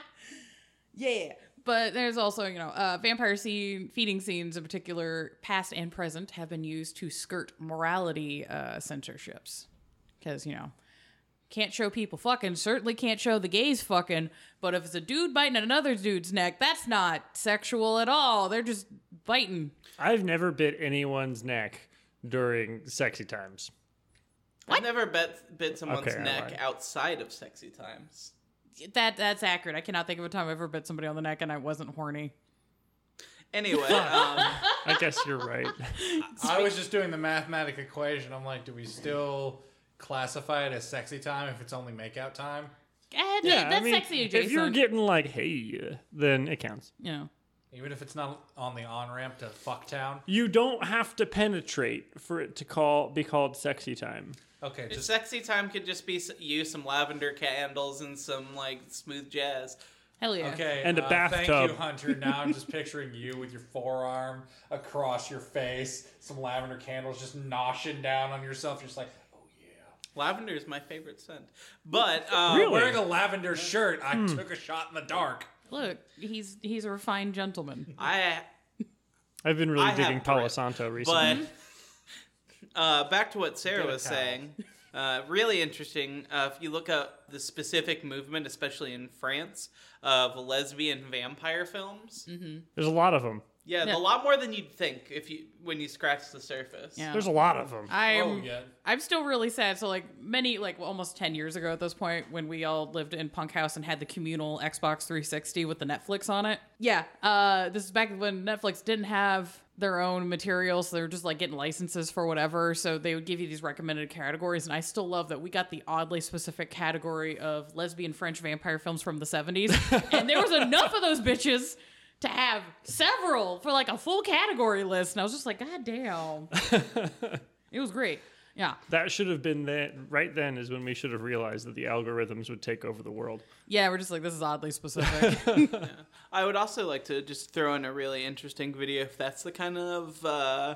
Speaker 4: yeah but there's also you know uh, vampire scene feeding scenes in particular past and present have been used to skirt morality uh, censorships because you know can't show people fucking certainly can't show the gays fucking but if it's a dude biting at another dude's neck that's not sexual at all they're just biting
Speaker 1: I've never bit anyone's neck during sexy times.
Speaker 3: I've never bet, bit someone's
Speaker 1: Okay, I
Speaker 3: neck
Speaker 1: lied.
Speaker 3: outside of sexy times.
Speaker 4: that that's accurate i cannot think of a time i ever bit somebody on the neck and i wasn't horny
Speaker 3: Anyway, um,
Speaker 1: I guess you're right.
Speaker 5: I was just doing the mathematic equation. I'm like, do we still classify it as sexy time if it's only makeout time?
Speaker 4: Eh,
Speaker 1: Yeah,
Speaker 4: that's
Speaker 1: I mean,
Speaker 4: sexy adjacent
Speaker 1: if you're getting like, hey, uh, then it counts.
Speaker 4: you know
Speaker 5: Even if it's not on the on ramp to Fucktown.
Speaker 1: You don't have to penetrate for it to call be called sexy time.
Speaker 5: Okay, just
Speaker 3: sexy time could just be s- you, some lavender candles, and some like smooth jazz.
Speaker 4: hell yeah
Speaker 5: Okay.
Speaker 1: And a
Speaker 5: uh, Thank
Speaker 1: bathtub.
Speaker 5: you, Hunter. Now I'm just picturing you with your forearm across your face, some lavender candles just noshing down on yourself. You're just like, oh yeah.
Speaker 3: Lavender is my favorite scent, but um,
Speaker 1: Really? Hmm.
Speaker 5: Wearing a lavender shirt, I took a shot in the dark.
Speaker 4: Look, he's he's a refined gentleman.
Speaker 3: I
Speaker 1: I've been really
Speaker 3: I have
Speaker 1: digging Palo
Speaker 3: Brit,
Speaker 1: Santo recently.
Speaker 3: But [LAUGHS] uh, back to what Sarah
Speaker 5: Get a
Speaker 3: was
Speaker 5: towel.
Speaker 3: saying. Uh, really interesting. Uh, if you look up the specific movement, especially in France, of lesbian vampire films,
Speaker 1: There's a lot of them.
Speaker 3: yeah,
Speaker 4: Yeah.
Speaker 3: a lot more than you'd think if you when you scratch the surface.
Speaker 4: Yeah.
Speaker 1: There's a lot of them.
Speaker 4: I'm
Speaker 5: oh yeah.
Speaker 4: I'm still really sad. So like many like well, almost 10 years ago at this point when we all lived in Punk House and had the communal Xbox 360 with the Netflix on it. Yeah. Uh this is back when Netflix didn't have their own materials. they were just like getting licenses for whatever. So they would give you these recommended categories and I still love that we got the oddly specific category of lesbian French vampire films from the 70s. and there was enough of those bitches to have several for like a full category list and I was just like god damn. it was great. Yeah.
Speaker 1: That should have been that right then is when we should have realized that the algorithms would take over the world.
Speaker 4: Yeah, we're just like, this is oddly specific. [LAUGHS]
Speaker 3: I would also like to just throw in a really interesting video if that's the kind of uh,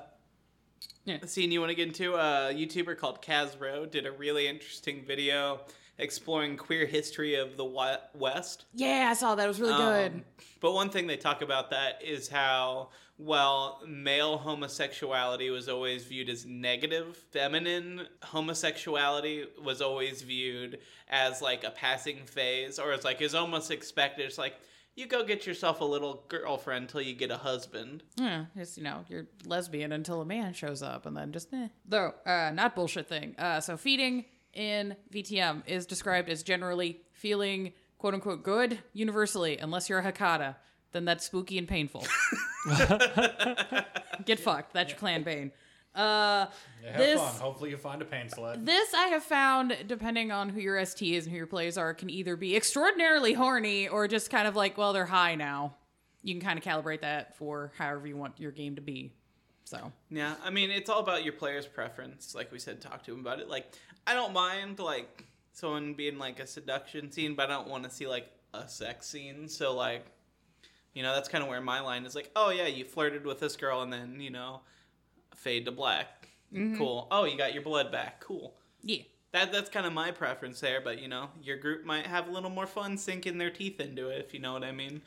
Speaker 4: Yeah.
Speaker 3: scene you want to get into. uh, A YouTuber called Casro did a really interesting video exploring queer history of the Wi- West.
Speaker 4: yeah, I saw that. It was really good.
Speaker 3: Um, but one thing they talk about that is how, while male homosexuality was always viewed as negative, feminine homosexuality was always viewed as like a passing phase or as like is almost expected. It's like you go get yourself a little girlfriend till you get a husband.
Speaker 4: Yeah, just, you know, you're lesbian until a man shows up and then just, eh. Though, uh, not bullshit thing. Uh, so feeding in VTM is described as generally feeling quote unquote good universally, unless you're a Hakata. Then that's spooky and [LAUGHS] painful. Get fucked. That's your clan bane. Uh,
Speaker 5: yeah have
Speaker 4: This-
Speaker 5: fun. Hopefully you find a pain sled.
Speaker 4: This I have found, depending on who your ST is and who your plays are, can either be extraordinarily horny or just kind of like, well, they're high now. You can kind of calibrate that for however you want your game to be. So
Speaker 3: Yeah, I mean, it's all about your player's preference. Like we said, talk to him about it. Like, I don't mind like someone being like a seduction scene, but I don't want to see like a sex scene. So like, you know, that's kind of where my line is. Like, oh yeah, you flirted with this girl, and then you know, fade to black. Cool. Oh, you got your blood back. Cool.
Speaker 4: yeah,
Speaker 3: That that's kind of my preference there. But you know, your group might have a little more fun sinking their teeth into it, if you know what I mean.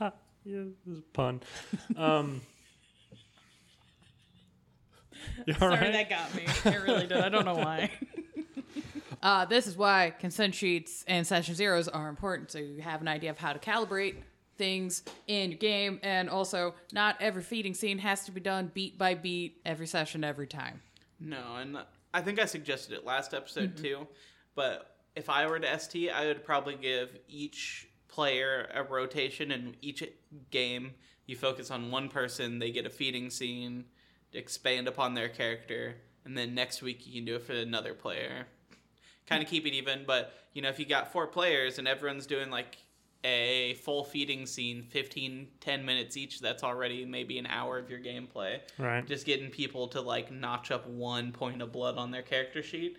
Speaker 1: Yeah, this is a
Speaker 4: [LAUGHS]
Speaker 1: pun. Um, you all
Speaker 4: sorry
Speaker 1: right?
Speaker 4: that got me. It really did. I don't know why. [LAUGHS] uh, this is why consent sheets and session zeros are important, so you have an idea of how to calibrate things in your game, and also not every feeding scene has to be done beat by beat, every session, every time.
Speaker 3: No, and I think I suggested it last episode too. But if I were to ST, I would probably give each player a rotation in each game. You focus on one person, they get a feeding scene, expand upon their character, and then next week you can do it for another player. Kind of keep it even, but you know, if you got four players and everyone's doing like a full feeding scene, 15, 10 minutes each, that's already maybe an hour of your gameplay
Speaker 1: Right.
Speaker 3: just getting people to like notch up one point of blood on their character sheet.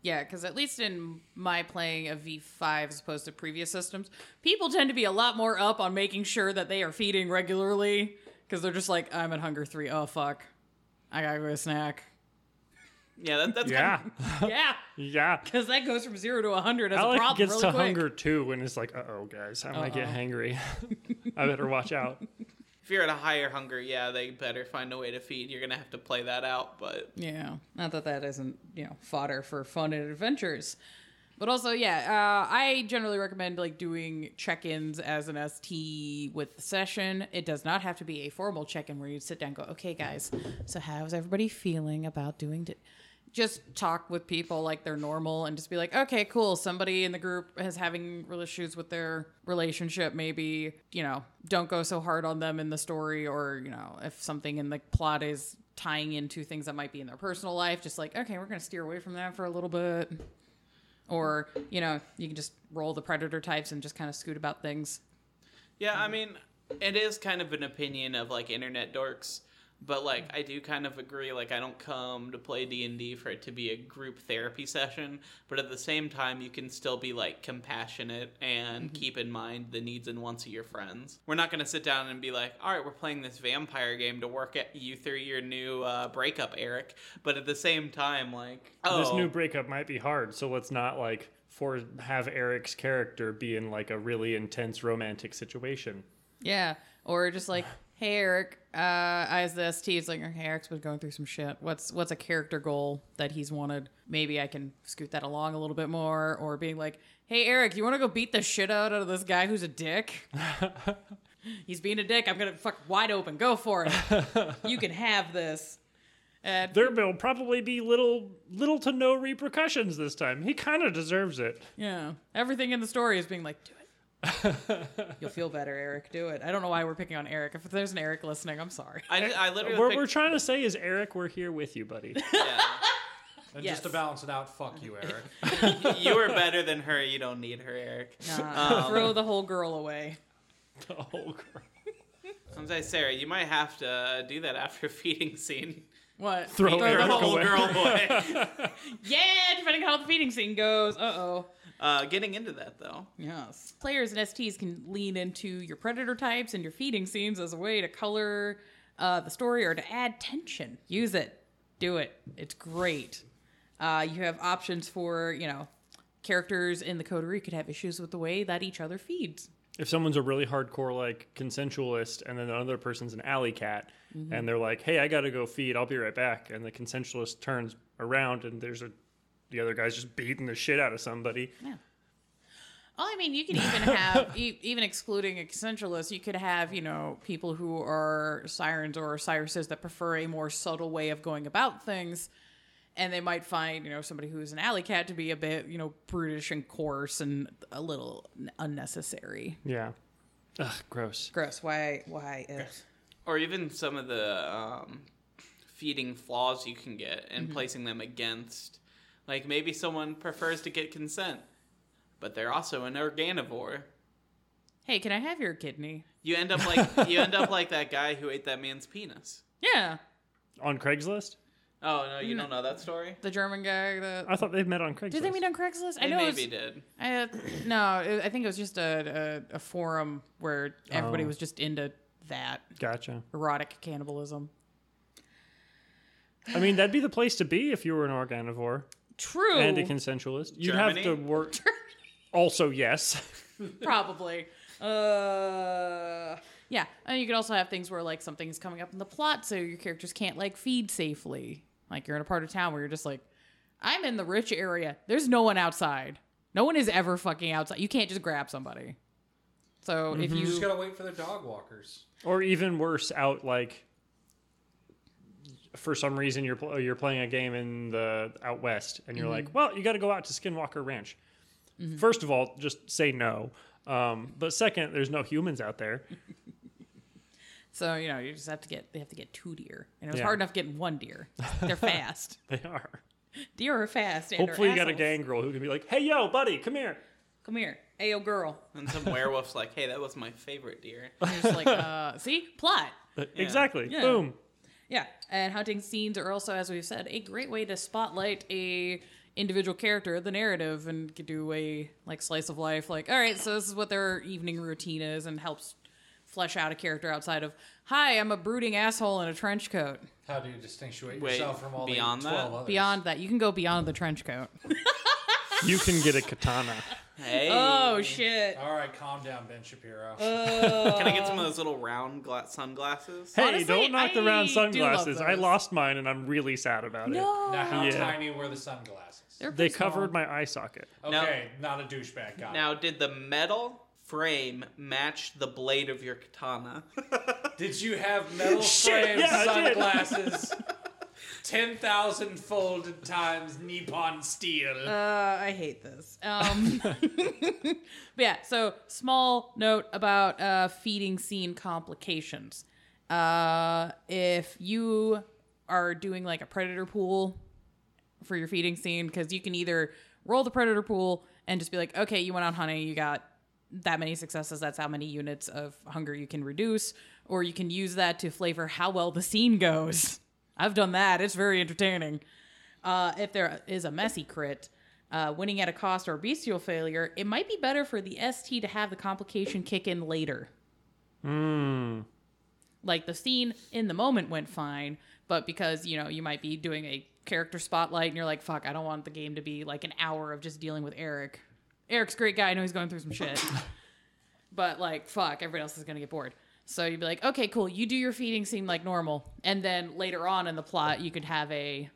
Speaker 4: Yeah, because at least in my playing of V5 as opposed to previous systems, people tend to be a lot more up on making sure that they are feeding regularly because they're just like, I'm at hunger three. Oh, fuck. I gotta go get a snack.
Speaker 1: [LAUGHS]
Speaker 3: Yeah, that, that's
Speaker 1: [LAUGHS] yeah,
Speaker 3: Kind
Speaker 4: yeah, [LAUGHS]
Speaker 1: yeah.
Speaker 4: because that goes from zero to 100 as a
Speaker 1: Alec
Speaker 4: problem.
Speaker 1: gets
Speaker 4: really
Speaker 1: to
Speaker 4: quick.
Speaker 1: hunger too, and it's like, uh oh, guys, I might get
Speaker 4: [LAUGHS]
Speaker 1: hangry. I better watch out.
Speaker 3: of, if you're at a higher hunger, yeah, they better find a way to feed. You're gonna have to play that out, but
Speaker 4: Yeah, not that that isn't you know fodder for fun and adventures, but also yeah, uh, I generally recommend like doing check-ins as an ST with the session. It does not have to be a formal check-in where you sit down and go, okay, guys, so how's everybody feeling about doing? Di-? Just talk with people like they're normal and just be like, okay, cool. Somebody in the group is having real issues with their relationship. Maybe, you know, don't go so hard on them in the story, or, you know, if something in the plot is tying into things that might be in their personal life, just like, okay, we're going to steer away from that for a little bit. Or, you know, you can just roll the predator types and just kind of scoot about things.
Speaker 3: yeah,
Speaker 1: Mm-hmm.
Speaker 3: I mean, it is kind of an opinion of like internet dorks, but like I do kind of agree. Like I don't come to play D and D for it to be a group therapy session, but at the same time, you can still be like compassionate and
Speaker 1: Mm-hmm.
Speaker 3: keep in mind the needs and wants of your friends. We're not gonna sit down and be like, all right, we're playing this vampire game to work at you through your new uh, breakup, Eric. But at the same time, like oh,
Speaker 1: This new breakup might be hard, so let's not like for have Eric's character be in like a really intense romantic situation.
Speaker 4: Yeah. Or just like, Hey Eric, uh, I was the ST. It's like, okay, Eric's been going through some shit. What's what's a character goal that he's wanted? Maybe I can scoot that along a little bit more, or being like, hey Eric, you want to go beat the shit out of this guy who's a dick? he's being a dick. I'm gonna fuck wide open. Go for it. you can have this. And
Speaker 1: There will probably be little little to no repercussions this time. He kind of deserves it.
Speaker 4: yeah, everything in the story is being like, do it. You'll feel better, Eric. Do it. I don't know why we're picking on Eric. If there's an Eric listening, I'm [LAUGHS] sorry.
Speaker 3: I, I literally
Speaker 1: What
Speaker 3: picked-
Speaker 1: we're trying to say is, Eric, we're here with
Speaker 3: [LAUGHS]
Speaker 1: you, buddy.
Speaker 3: yeah.
Speaker 5: And
Speaker 4: Yes.
Speaker 5: just to balance it out, fuck you, Eric.
Speaker 3: you are better than her. You don't need her, Eric.
Speaker 4: Nah, throw the whole girl away.
Speaker 1: oh, girl.
Speaker 3: Sometimes, I- Sarah, you might have to uh, do that after a feeding scene.
Speaker 4: [LAUGHS] What?
Speaker 1: Throw
Speaker 3: Or the
Speaker 1: Eric
Speaker 3: whole
Speaker 1: away.
Speaker 3: girl boy.
Speaker 4: [LAUGHS] Yeah, depending on how the feeding scene goes. Uh oh.
Speaker 3: Uh, getting into that though.
Speaker 4: Yes. Players and STs can lean into your predator types and your feeding scenes as a way to color uh, the story or to add tension. Use it. Do it. It's great. Uh, you have options for, you know, characters in the coterie could have issues with the way that each other feeds.
Speaker 1: if someone's a really hardcore like consensualist and then another person's an alley cat
Speaker 3: Mm-hmm.
Speaker 1: and they're like hey i gotta go feed i'll be right back and the consensualist turns around and there's a the other guy's just beating the shit out of somebody
Speaker 4: Well, I mean, you can even have, e- even excluding essentialists, you could have, you know, people who are sirens or Osiris's that prefer a more subtle way of going about things. And they might find, you know, somebody who's an alley cat to be a bit, you know, brutish and coarse and a little n- unnecessary.
Speaker 1: yeah Ugh, gross
Speaker 4: Gross. Why? Why? Ugh.
Speaker 3: or even some of the um, feeding flaws you can get and
Speaker 4: Mm-hmm.
Speaker 3: placing them against. Like maybe someone prefers to get consent, but they're also an organivore.
Speaker 4: Hey, can I have your kidney?
Speaker 3: You end up
Speaker 4: [LAUGHS]
Speaker 3: like you end up like that guy who ate that man's penis.
Speaker 4: Yeah,
Speaker 1: on craigslist
Speaker 3: Oh no,
Speaker 4: Mm.
Speaker 3: you don't know that story.
Speaker 4: the German guy. That
Speaker 1: i thought they met on craigslist
Speaker 4: did they meet on Craigslist? I
Speaker 3: They
Speaker 4: know. it was-
Speaker 3: maybe did.
Speaker 4: I, uh, no, it- I think it was just a, a, a forum where everybody
Speaker 1: Oh.
Speaker 4: was just into that
Speaker 1: gotcha
Speaker 4: erotic cannibalism.
Speaker 1: i mean that'd be the place to be if you were an organivore
Speaker 4: True.
Speaker 1: and a consensualist you'd have to
Speaker 3: Germany?
Speaker 4: [LAUGHS]
Speaker 1: work also yes [LAUGHS]
Speaker 4: probably. Uh, yeah, and you could also have things where like something's coming up in the plot, so your characters can't like feed safely. Like you're in a part of town where you're just like, I'm in the rich area. There's no one outside. No one is ever fucking outside. You can't just grab somebody. So if
Speaker 1: Mm-hmm.
Speaker 5: You just
Speaker 4: you
Speaker 5: gotta wait for the dog walkers.
Speaker 1: or even worse out like for some reason you're pl- you're playing a game in the out west
Speaker 4: Mm-hmm.
Speaker 1: and you're like well you got to go out to skinwalker ranch first of all just say no um, but second there's no humans out there [LAUGHS]
Speaker 4: so you know you just have to get they have to get two deer, and it was
Speaker 1: Yeah.
Speaker 4: hard enough getting one deer.
Speaker 1: [LAUGHS]
Speaker 4: They're fast.
Speaker 1: they are
Speaker 4: deer are fast. And are
Speaker 1: hopefully you got a
Speaker 4: assholes.
Speaker 1: gang girl who can be like hey yo buddy come here
Speaker 4: Come here, ayo girl.
Speaker 3: And some werewolf's like, "Hey, that was my favorite
Speaker 4: [LAUGHS]
Speaker 3: deer."
Speaker 4: You're just
Speaker 1: [LAUGHS]
Speaker 4: like, uh, see plot.
Speaker 1: Uh, exactly boom
Speaker 4: Yeah, and hunting scenes are also, as we've said, a great way to spotlight a individual character, the narrative, and could do a like slice of life. Like, all right, so this is what their evening routine is, and helps flesh out a character outside of, "Hi, I'm a brooding asshole in a trench coat."
Speaker 5: How do you distinguish
Speaker 3: Wait,
Speaker 5: yourself from all
Speaker 3: beyond
Speaker 5: the
Speaker 3: that?
Speaker 5: twelve others?
Speaker 4: Beyond that, you can go beyond the trench coat.
Speaker 1: you can get
Speaker 4: [LAUGHS]
Speaker 1: a katana
Speaker 3: Hey,
Speaker 4: Oh shit! Oh.
Speaker 5: All right, calm down, Ben Shapiro.
Speaker 4: Uh,
Speaker 3: can I get some of those little round gla- sunglasses?
Speaker 1: hey
Speaker 4: Honestly,
Speaker 1: don't knock the
Speaker 4: I
Speaker 1: round
Speaker 4: do
Speaker 1: sunglasses
Speaker 4: love
Speaker 1: i
Speaker 4: those.
Speaker 1: lost mine and i'm really sad about it
Speaker 5: now, how
Speaker 1: Yeah.
Speaker 5: tiny were the sunglasses?
Speaker 4: They're
Speaker 1: they
Speaker 4: pretty small.
Speaker 1: covered my eye socket
Speaker 5: Okay, not a douchebag guy.
Speaker 3: Now, did the metal frame match the blade of your katana?
Speaker 5: Did you have metal
Speaker 1: Shit,
Speaker 5: framed
Speaker 1: yeah, I did.
Speaker 5: sunglasses? 10,000 folded times Nippon steel.
Speaker 4: Uh, I hate this. Um, [LAUGHS] but yeah, so small note about uh, feeding scene complications. Uh, if you are doing like a predator pool for your feeding scene, because you can either roll the predator pool and just be like, okay, you went on honey, you got that many successes, that's how many units of hunger you can reduce, or you can use that to flavor how well the scene goes. I've done that, it's very entertaining. Uh, if there is a messy crit, uh, winning at a cost or bestial failure, it might be better for the ST to have the complication kick in later. Like the scene in the moment went fine, but because you know you might be doing a character spotlight and you're like, "Fuck, I don't want the game to be like an hour of just dealing with Eric." Eric's a great guy. I know he's going through some shit, but like, fuck, everybody else is gonna get bored. So you'd be like, okay, cool. You do your feeding seem like normal, and then later on in the plot, you could have a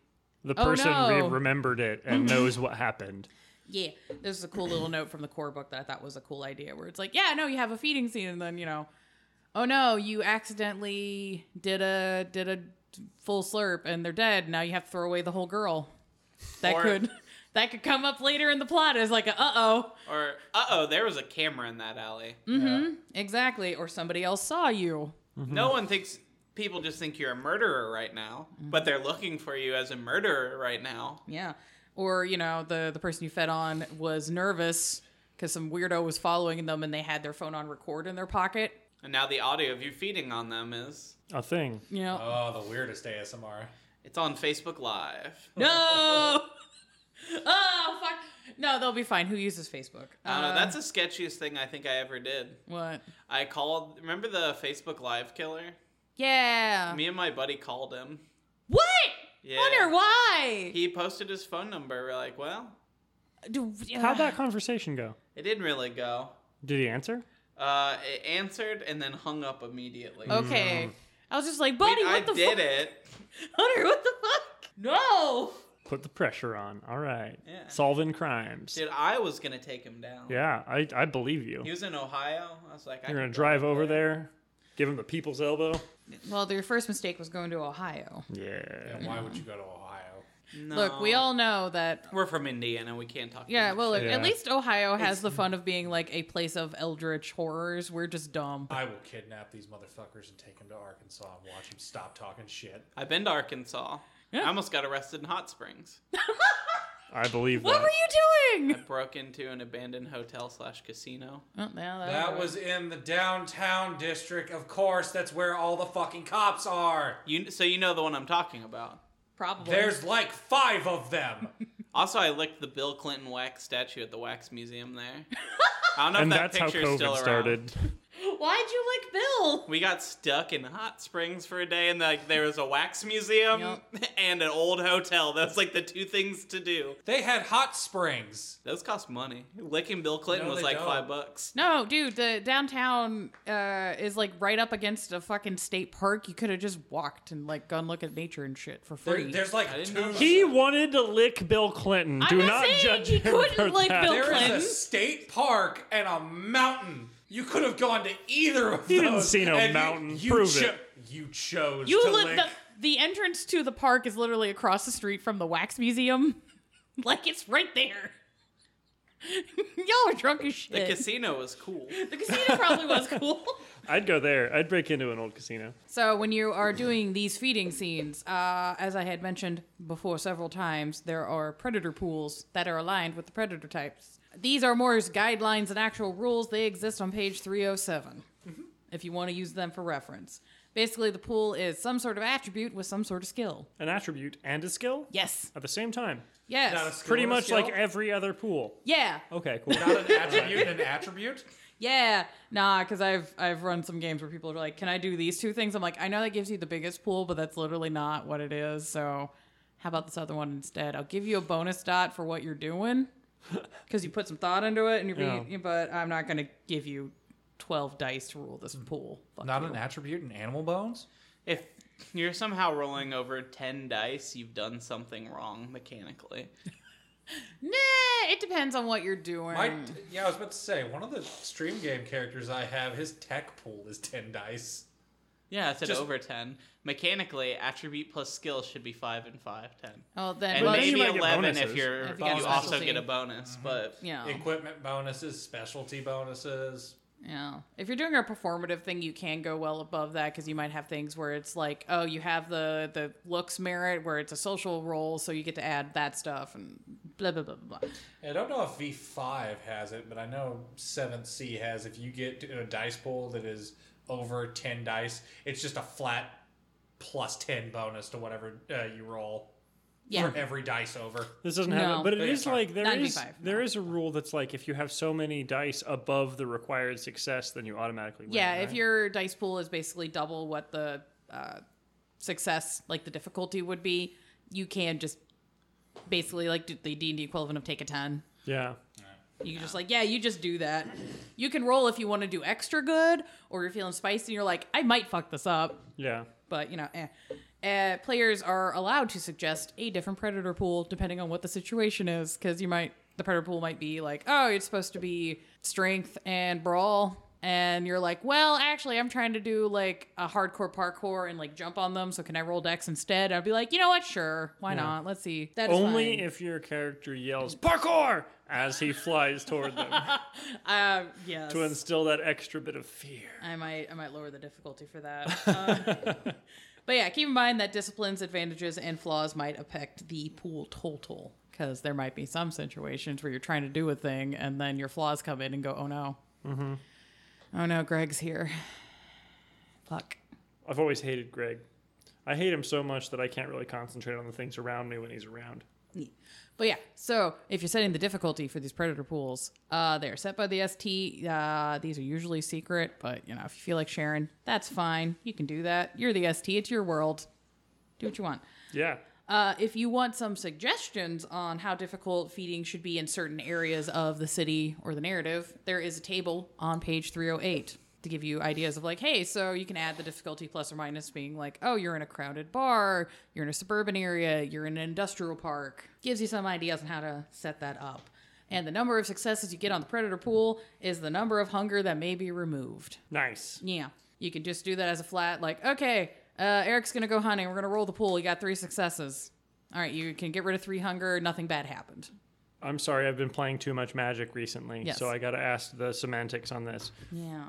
Speaker 1: The
Speaker 4: Oh,
Speaker 1: person
Speaker 4: no.
Speaker 1: re- remembered it and
Speaker 4: [LAUGHS]
Speaker 1: knows what happened.
Speaker 4: yeah. This is a cool little note from the core book that I thought was a cool idea, where it's like, yeah, no, you have a feeding scene, and then you know, oh no, you accidentally did a did a full slurp, and they're dead. Now you have to throw away the whole girl. That
Speaker 3: Or-
Speaker 4: could [LAUGHS] that could come up later in the plot as like a uh oh.
Speaker 3: Or uh oh, there was a camera in that alley.
Speaker 5: Yeah.
Speaker 4: Exactly. Or somebody else saw you.
Speaker 3: No one thinks people just think you're a murderer right now, but they're looking for you as a murderer right now.
Speaker 4: Yeah. Or, you know, the, the person you fed on was nervous because some weirdo was following them and they had their phone on record in their pocket.
Speaker 3: And now the audio of you feeding on them is
Speaker 1: A thing.
Speaker 4: You know,
Speaker 5: Oh, the weirdest ASMR.
Speaker 3: it's on Facebook Live.
Speaker 4: [LAUGHS] no! oh, fuck. No, they'll be fine. Who uses Facebook? Uh,
Speaker 3: I don't know, that's the sketchiest thing I think I ever did.
Speaker 4: What?
Speaker 3: I called, remember the Facebook Live killer?
Speaker 4: Yeah.
Speaker 3: Me and my buddy called him.
Speaker 4: what?
Speaker 3: Yeah.
Speaker 4: Uh. Wonder why?
Speaker 3: He posted his phone number. We're like, well,
Speaker 4: Do- yeah.
Speaker 1: How'd that conversation go?
Speaker 3: it didn't really go.
Speaker 1: Did he answer?
Speaker 3: Uh, it answered and then hung up immediately.
Speaker 1: Mm.
Speaker 4: Okay. I was just like, buddy,
Speaker 3: Mm. I
Speaker 4: what the
Speaker 3: did
Speaker 4: fuck? [LAUGHS]
Speaker 3: it.
Speaker 4: Hunter, what the fuck? No!
Speaker 1: Put the pressure on. All right.
Speaker 3: Yeah.
Speaker 1: Solving crimes.
Speaker 3: Dude, I was gonna take him down.
Speaker 1: Yeah, I, I believe you.
Speaker 3: He was in Ohio. I was like, I
Speaker 1: You're going
Speaker 3: can
Speaker 1: to
Speaker 3: go
Speaker 1: drive over there, give him the people's elbow.
Speaker 4: Well, their first mistake was going to Ohio.
Speaker 1: Yeah.
Speaker 5: And why would you go to Ohio?
Speaker 3: No.
Speaker 4: Look, we all know that
Speaker 3: we're from Indiana. We can't talk.
Speaker 4: Yeah,
Speaker 3: too
Speaker 4: well,
Speaker 3: much
Speaker 4: look,
Speaker 1: Yeah.
Speaker 4: at least Ohio has the fun of being like a place of eldritch horrors. We're just dumb.
Speaker 5: I will kidnap these motherfuckers and take them to Arkansas and watch them stop talking shit.
Speaker 3: shit. I've been to Arkansas. I almost got arrested in Hot Springs.
Speaker 1: I believe
Speaker 4: What
Speaker 1: that.
Speaker 4: were you
Speaker 3: I
Speaker 4: doing?
Speaker 3: broke into an abandoned hotel slash casino.
Speaker 4: Oh, yeah, that,
Speaker 5: That was in the downtown district, of course. That's where all the fucking cops are.
Speaker 3: You so you know the one I'm talking about.
Speaker 4: probably.
Speaker 5: There's like five of them.
Speaker 3: Also, I licked the Bill Clinton wax statue at the wax
Speaker 4: [LAUGHS]
Speaker 3: museum there. I don't know
Speaker 1: And
Speaker 3: if that
Speaker 1: that's how
Speaker 3: picture's still
Speaker 1: COVID
Speaker 3: around.
Speaker 1: started.
Speaker 4: Why'd you like Bill?
Speaker 3: We got stuck in Hot Springs for a day, and like there was a wax museum
Speaker 4: Yep.
Speaker 3: [LAUGHS] and an old hotel. That's like the two things to do.
Speaker 5: They had hot springs.
Speaker 3: Those cost money. Licking Bill Clinton
Speaker 5: No,
Speaker 3: was
Speaker 5: they
Speaker 3: like
Speaker 5: don't.
Speaker 3: five [LAUGHS] bucks.
Speaker 4: No, dude, the downtown uh, is like right up against a fucking state park. You could have just walked and like gone look at nature and shit for
Speaker 5: There-
Speaker 4: free.
Speaker 5: there's like
Speaker 3: didn't know
Speaker 5: two.
Speaker 3: that.
Speaker 1: He wanted to lick Bill Clinton.
Speaker 4: I'm
Speaker 1: Do
Speaker 4: not saying
Speaker 1: judge
Speaker 4: he
Speaker 1: him
Speaker 4: couldn't
Speaker 1: for
Speaker 4: lick
Speaker 1: that.
Speaker 4: Bill
Speaker 5: There is
Speaker 4: Clinton.
Speaker 5: a state park and a mountain. You could have gone to either of
Speaker 1: You
Speaker 5: those.
Speaker 1: didn't see no
Speaker 5: and you-
Speaker 1: mountain.
Speaker 5: You,
Speaker 1: Prove it.
Speaker 5: You chose
Speaker 4: you
Speaker 5: to
Speaker 4: live
Speaker 5: lick.
Speaker 4: the the entrance to the park is literally across the street from the wax museum. [LAUGHS] like it's right there. [LAUGHS] Y'all are drunk as shit.
Speaker 3: The casino was cool.
Speaker 4: The casino probably was cool. [LAUGHS]
Speaker 1: I'd go there. I'd break into an old casino.
Speaker 4: So when you are doing these feeding scenes, uh, as I had mentioned before several times, there are predator pools that are aligned with the predator types. These are more as guidelines and actual rules. They exist on page 307 if you want to use them for reference. Basically, the pool is some sort of attribute with some sort of skill.
Speaker 1: An attribute and a skill
Speaker 4: Yes.
Speaker 1: at the same time.
Speaker 4: Yes.
Speaker 5: Not a skill
Speaker 1: Pretty
Speaker 5: and a
Speaker 1: much
Speaker 5: skill?
Speaker 1: like every other pool.
Speaker 4: yeah.
Speaker 1: Okay, cool.
Speaker 5: [LAUGHS] not an
Speaker 1: [LAUGHS]
Speaker 5: attribute and an attribute.
Speaker 4: Yeah, nah, because I've I've run some games where people are like, "Can I do these two things?" I'm like, I know that gives you the biggest pool, but that's literally not what it is. So, how about this other one instead? I'll give you a bonus dot for what you're doing because you put some thought into it, and you're being.
Speaker 1: Yeah.
Speaker 4: But I'm not gonna give you twelve dice to rule this pool. Fuck
Speaker 5: Not
Speaker 4: you.
Speaker 5: an attribute and animal bones.
Speaker 3: If you're somehow rolling over 10 dice, you've done something wrong mechanically.
Speaker 4: Nah, it depends on what you're doing.
Speaker 5: My,
Speaker 1: Um,
Speaker 5: yeah, I was about to say one of the stream game characters I have, his tech pool is ten dice.
Speaker 3: Yeah, I said
Speaker 5: Just-
Speaker 3: over 10. Mechanically, attribute plus skill should be 5 and 5, 10.
Speaker 4: oh, then,
Speaker 3: And
Speaker 4: well,
Speaker 1: then you
Speaker 3: maybe
Speaker 1: might get
Speaker 3: 11 if
Speaker 1: bonuses.
Speaker 3: you're,
Speaker 4: If
Speaker 3: you
Speaker 4: you got
Speaker 5: a
Speaker 3: also
Speaker 4: specialty.
Speaker 3: get a bonus, but
Speaker 4: yeah,
Speaker 5: Equipment bonuses, specialty bonuses.
Speaker 4: Yeah. If you're doing a performative thing, you can go well above that because you might have things where it's like, oh, you have the the looks merit where it's a social role, so you get to add that stuff and blah blah blah blah. blah.
Speaker 5: I don't know if V five has it, but I know Seventh C has. If you get to a dice pool that is over ten dice, it's just a flat plus ten bonus to whatever uh, you roll
Speaker 4: Yeah.
Speaker 5: for every dice over.
Speaker 1: This doesn't have
Speaker 4: No.
Speaker 1: it, but it
Speaker 5: Yeah,
Speaker 1: is
Speaker 5: sorry.
Speaker 1: like there
Speaker 4: Not
Speaker 1: is
Speaker 4: D5,
Speaker 1: there
Speaker 4: no.
Speaker 1: is a rule that's like if you have so many dice above the required success, then you automatically win.
Speaker 4: Yeah. If
Speaker 1: right?
Speaker 4: your dice pool is basically double what the uh, success, like the difficulty would be, you can just basically like do the D and D equivalent of take a ten.
Speaker 1: yeah,
Speaker 4: You can just like, yeah, you just do that. You can roll if you want to do extra good, or you're feeling spicy and you're like, I might fuck this up,
Speaker 1: Yeah.
Speaker 4: but you know, eh. Uh, players are allowed to suggest a different predator pool depending on what the situation is, because you might the predator pool might be like, oh, it's supposed to be strength and brawl, and you're like, well, actually, I'm trying to do like a hardcore parkour and like jump on them, so can I roll dex instead? I'd be like, you know what, sure, why not? Let's see. That is
Speaker 1: Only
Speaker 4: fine.
Speaker 1: if your character yells parkour as he flies toward them
Speaker 4: [LAUGHS] uh, yes.
Speaker 1: to instill that extra bit of fear.
Speaker 4: I might I might lower the difficulty for that. Um, [LAUGHS] but yeah, keep in mind that disciplines, advantages, and flaws might affect the pool total because there might be some situations where you're trying to do a thing and then your flaws come in and go, oh no, oh no, Greg's here. Fuck.
Speaker 1: I've always hated Greg. I hate him so much that I can't really concentrate on the things around me when he's around.
Speaker 4: But yeah, so if you're setting the difficulty for these predator pools, uh, they are set by the ST. Uh, these are usually secret, but you know if you feel like sharing, that's fine. You can do that. You're the ST. It's your world. Do what you want.
Speaker 1: Yeah.
Speaker 4: Uh, if you want some suggestions on how difficult feeding should be in certain areas of the city or the narrative, there is a table on page 308 to give you ideas of like, hey, so you can add the difficulty plus or minus being like, oh, you're in a crowded bar, you're in a suburban area, you're in an industrial park. Gives you some ideas on how to set that up. And the number of successes you get on the predator pool is the number of hunger that may be removed.
Speaker 1: Nice.
Speaker 4: Yeah. You can just do that as a flat, like, okay, uh, Eric's going to go hunting. We're going to roll the pool. You got three successes. All right, you can get rid of three hunger. Nothing bad happened.
Speaker 1: I'm sorry, I've been playing too much magic recently,
Speaker 4: Yes.
Speaker 1: so I got to ask the semantics on this.
Speaker 4: Yeah.